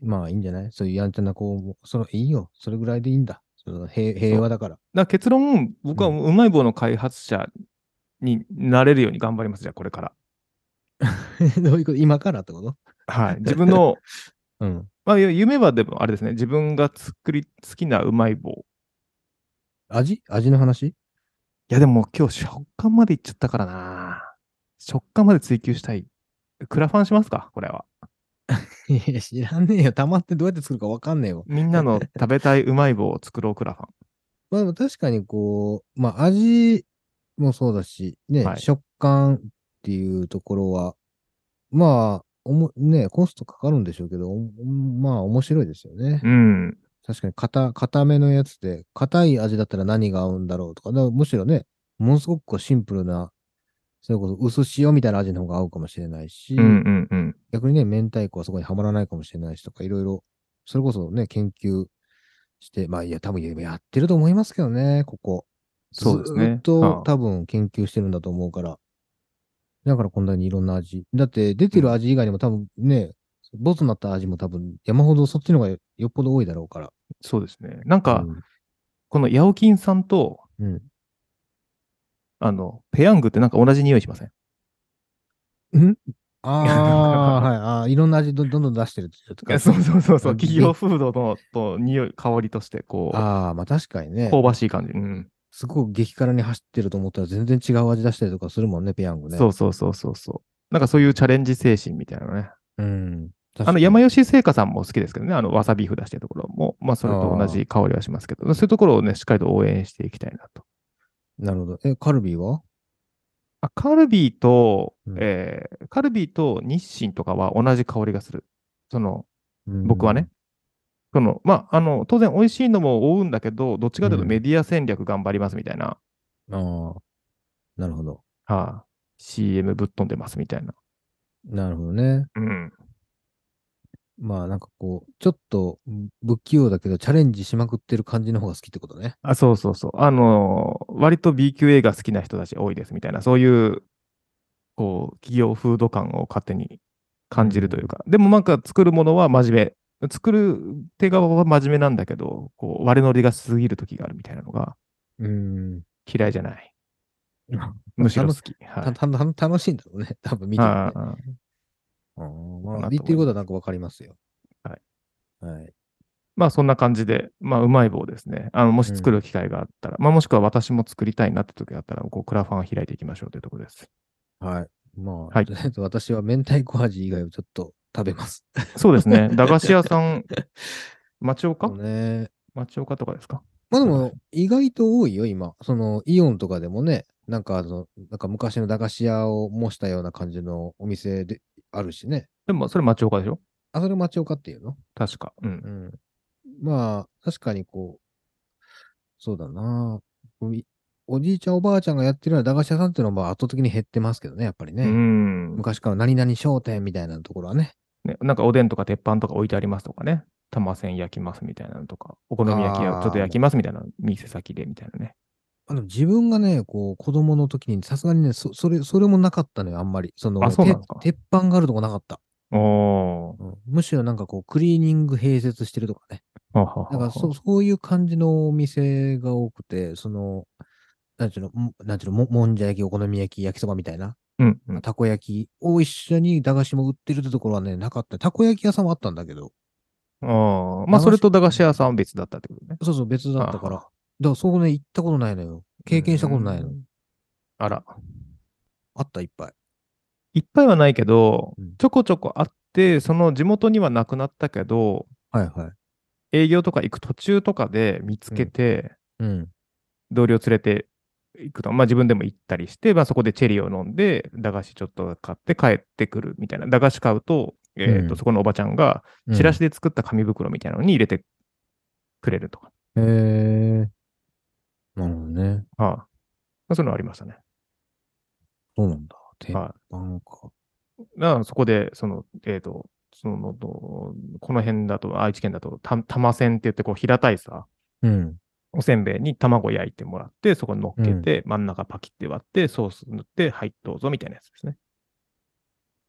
[SPEAKER 1] まあいいんじゃないそういうやんちゃな子も、そのいいよ。それぐらいでいいんだ。その平平和だから。
[SPEAKER 2] だから結論、僕はうまい棒の開発者になれるように頑張ります、じゃあこれから。
[SPEAKER 1] どういうこと今からってこと
[SPEAKER 2] はい。 自分の、
[SPEAKER 1] うん。
[SPEAKER 2] まあ夢はでもあれですね、自分が作り、好きなうまい棒。い
[SPEAKER 1] 味味の話
[SPEAKER 2] やでも今日食感までいっちゃったからな。食感まで追求したい。クラファンしますかこれは。
[SPEAKER 1] いや、知らねえよ。溜まってどうやって作るかわかんねえよ。
[SPEAKER 2] みんなの食べたいうまい棒を作ろう、クラファン。
[SPEAKER 1] まあでも確かにこう、まあ味もそうだし、ね、
[SPEAKER 2] はい
[SPEAKER 1] 食感っていうところは、まあ、おもね、コストかかるんでしょうけど、おまあ面白いですよね。
[SPEAKER 2] うん。
[SPEAKER 1] 確かに硬、硬めのやつで、硬い味だったら何が合うんだろうとか、だからむしろね、ものすごくこうシンプルな、それこそ薄塩みたいな味の方が合うかもしれないし、
[SPEAKER 2] うんうんうん。
[SPEAKER 1] 逆にね、明太子はそこにはまらないかもしれないしとか、いろいろ、それこそね、研究して、まあいや、多分やってると思いますけどね、ここ。
[SPEAKER 2] そうですね
[SPEAKER 1] ずーっと、
[SPEAKER 2] はい
[SPEAKER 1] 多分研究してるんだと思うから。だからこんなにいろんな味。だって出てる味以外にも多分ね、ボツになった味も多分山ほどそっちの方がよっぽど多いだろうから。
[SPEAKER 2] そうですね。なんか、
[SPEAKER 1] うん
[SPEAKER 2] このヤオキンさんと、
[SPEAKER 1] うん。
[SPEAKER 2] あの、ペヤングってなんか同じ匂いしません
[SPEAKER 1] あ あ、はい。ああー、いろんな味どどんどん出してるってやつか。
[SPEAKER 2] そうそうそうそうう。
[SPEAKER 1] ん
[SPEAKER 2] 企業風土のと匂い、香りとして、こう、
[SPEAKER 1] ああ、まあ確かにね。
[SPEAKER 2] 香ばしい感じ。うん。
[SPEAKER 1] すごく激辛に走ってると思ったら全然違う味出したりとかするもんね、ペヤングね。
[SPEAKER 2] そうそうそうそうそう。なんかそういうチャレンジ精神みたいなのね。
[SPEAKER 1] うん。
[SPEAKER 2] あの山吉製菓さんも好きですけどね、あのわさビーフ出してるところも、まあ、それと同じ香りはしますけど、そういうところをね、しっかりと応援していきたいなと。
[SPEAKER 1] なるほど。え、カルビーは
[SPEAKER 2] あカルビーと、
[SPEAKER 1] うん
[SPEAKER 2] えーカルビーと日清とかは同じ香りがする。その、僕はね。。その、まあ、あの、当然美味しいのも追うんだけど、どっちかという
[SPEAKER 1] う
[SPEAKER 2] と
[SPEAKER 1] ん
[SPEAKER 2] メディア戦略頑張りますみたいな、
[SPEAKER 1] うんああ。なるほど。
[SPEAKER 2] はい CM ぶっ飛んでますみたいな。
[SPEAKER 1] なるほどね。
[SPEAKER 2] うん。
[SPEAKER 1] まあなんかこう、ちょっと不器用だけど、チャレンジしまくってる感じの方が好きってことね。
[SPEAKER 2] あ、そうそうそう。あの、割と B 級映画好きな人たち多いですみたいな、そういう、こう、企業風土感を勝手に感じるというか、でもなんか作るものは真面目。作る手側は真面目なんだけど、こう、割れ乗りが過ぎる時があるみたいなのが
[SPEAKER 1] うん。
[SPEAKER 2] 嫌いじゃない
[SPEAKER 1] あ。
[SPEAKER 2] むしろ好き。
[SPEAKER 1] た
[SPEAKER 2] はい。
[SPEAKER 1] たた楽しいんだろうね。多分見てる、ね。
[SPEAKER 2] あああ
[SPEAKER 1] あー
[SPEAKER 2] あかな
[SPEAKER 1] ま
[SPEAKER 2] と
[SPEAKER 1] あ、
[SPEAKER 2] 思い
[SPEAKER 1] 言ってることはなんかわかりますよ。。
[SPEAKER 2] はい
[SPEAKER 1] はい。
[SPEAKER 2] まあそんな感じで、まあうまい棒ですね。あの、もし作る機会があったら、まあもしくは私も作りたいなって時があったら、こう、クラファンを開いていきましょうというところです。
[SPEAKER 1] はい。まあ、
[SPEAKER 2] はい
[SPEAKER 1] とりあえず私は明太子味以外をちょっと食べます。
[SPEAKER 2] そうで すね。駄菓子屋さん、町岡
[SPEAKER 1] そうね。
[SPEAKER 2] 町岡とかですか
[SPEAKER 1] まあでも、意外と多いよ、今。その、イオンとかでもね、なんかあの、なんか昔の駄菓子屋を模したような感じのお店であるしね。
[SPEAKER 2] でも、それ町岡でしょ
[SPEAKER 1] あ、それ町岡っていうの
[SPEAKER 2] 確か。うん
[SPEAKER 1] う。ん。まあ、確かにこう、そうだなおいおじいちゃんおばあちゃんがやってるような駄菓子屋さんっていうのはまあ圧倒的に減ってますけどね、やっぱりね。
[SPEAKER 2] うん、
[SPEAKER 1] 昔から何々商店みたいなところはね。
[SPEAKER 2] ね。なんかおでんとか鉄板とか置いてありますとかね。玉せん焼きますみたいなのとか、お好み焼き
[SPEAKER 1] あ
[SPEAKER 2] は
[SPEAKER 1] ー
[SPEAKER 2] ちょっと焼きますみたいな、店先でみたいなね。
[SPEAKER 1] あの自分がね、こう、子供の時に、さすがにね、そそれ、それもなかったのよ、あんまり。その、
[SPEAKER 2] あそうなんですか
[SPEAKER 1] て鉄板があるとこなかった、
[SPEAKER 2] おー。
[SPEAKER 1] うんむしろなんかこう、クリーニング併設してるとかね。
[SPEAKER 2] ははは
[SPEAKER 1] だから
[SPEAKER 2] は
[SPEAKER 1] そ、そういう感じのお店が多くて、その、なんちゅうの、もなんちゅうの、ももんじゃ焼き、お好み焼き、焼きそばみたいな、
[SPEAKER 2] うん、うん。
[SPEAKER 1] たこ焼きを一緒に駄菓子も売ってるってところはね、なかった。たこ焼き屋さんはあったんだけど、
[SPEAKER 2] ああ。まあ、それと駄菓子屋さんは別だったってことね。
[SPEAKER 1] そうそう、別だったから。だ
[SPEAKER 2] あ
[SPEAKER 1] から、そこね、行ったことないのよ。経験したことないの。
[SPEAKER 2] うんあら。
[SPEAKER 1] あった、いっぱい。
[SPEAKER 2] いっぱいはないけど
[SPEAKER 1] うん、
[SPEAKER 2] ちょこちょこあって、その地元にはなくなったけど、
[SPEAKER 1] はいはい。
[SPEAKER 2] 営業とか行く途中とかで見つけて、
[SPEAKER 1] うん。
[SPEAKER 2] 同僚連れて行くと、まあ自分でも行ったりして、まあそこでチェリーを飲んで、駄菓子ちょっと買って帰ってくるみたいな。駄菓子買うと、えー
[SPEAKER 1] う
[SPEAKER 2] と、
[SPEAKER 1] ん
[SPEAKER 2] そこのおばちゃんが、チラシで作った紙袋みたいなのに入れてくれるとか。
[SPEAKER 1] へえ。なるほどね。
[SPEAKER 2] はいまあそういうのありましたね。
[SPEAKER 1] そうなんだ。鉄板
[SPEAKER 2] は
[SPEAKER 1] か。
[SPEAKER 2] い。だからそこで、その、えっと、その、この辺だと、愛知県だと、た玉せんって言って、こう平たいさ、
[SPEAKER 1] うん。
[SPEAKER 2] おせんべいに卵焼いてもらって、そこに乗っけて、真ん中パキって割って、ソース塗って、はい、どうぞみたいなやつですね。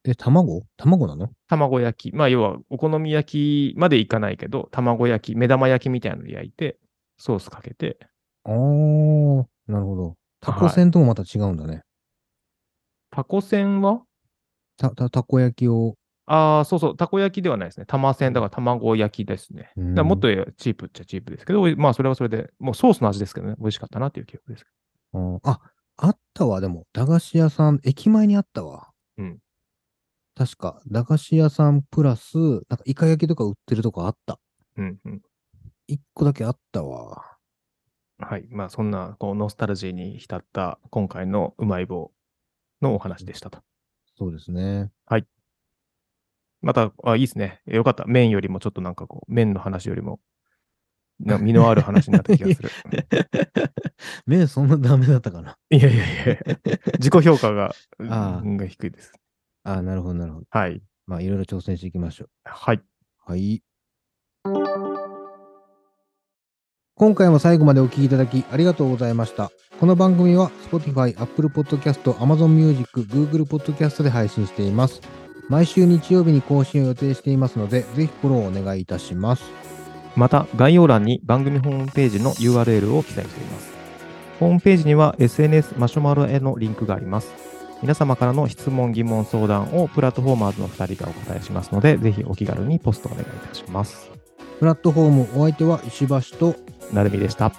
[SPEAKER 1] え、卵卵なの
[SPEAKER 2] 卵焼き、まあ要はお好み焼きまでいかないけど、卵焼き、目玉焼きみたいなので焼いて、ソースかけて、
[SPEAKER 1] あー、なるほど。タコせんともまた違うんだね。
[SPEAKER 2] タコせんは
[SPEAKER 1] た、た、たこ焼きを。
[SPEAKER 2] ああ、そうそう、たこ焼きではないですね。玉せん、だから卵焼きですね。
[SPEAKER 1] うん
[SPEAKER 2] だからもっとチープっちゃチープですけど、おいまあそれはそれで、もうソースの味ですけどね、美味しかったなっていう記憶です。
[SPEAKER 1] うんあ、あったわ、でも。駄菓子屋さん、駅前にあったわ。
[SPEAKER 2] うん。
[SPEAKER 1] 確か、駄菓子屋さんプラス、なんかイカ焼きとか売ってるとこあった。
[SPEAKER 2] うんうん。
[SPEAKER 1] 一個だけあったわ。
[SPEAKER 2] はい。まあそんな、こう、ノスタルジーに浸った今回のうまい棒のお話でしたと。
[SPEAKER 1] そうですね。
[SPEAKER 2] また、あ、いいですね。えよかった。麺よりもちょっとなんかこう、麺の話よりも、な身のある話になった気がする。
[SPEAKER 1] 目そんなダメだったか ない
[SPEAKER 2] やいやいや、自己評価が、うん
[SPEAKER 1] あ
[SPEAKER 2] が低いです。
[SPEAKER 1] あーなるほど、なるほど。
[SPEAKER 2] はい。
[SPEAKER 1] まあ、いろいろ挑戦していきましょう。
[SPEAKER 2] はい。
[SPEAKER 1] はい。今回も最後までお聞きいただきありがとうございました。この番組は Spotify、Apple Podcast、Amazon Music、Google Podcast で配信しています。毎週日曜日に更新を予定していますので、ぜひフォローお願いいたします。
[SPEAKER 2] また、概要欄に番組ホームページの URL を記載しています。ホームページには SNS マシュマロへのリンクがあります。皆様からの質問、疑問、相談をプラットフォーマーズの2人がお答えしますので、ぜひお気軽にポストお願いいたします。
[SPEAKER 1] プラットフォームお相手は石橋と、
[SPEAKER 2] なるみでした。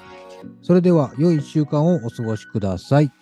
[SPEAKER 1] それでは良い1週間をお過ごしください。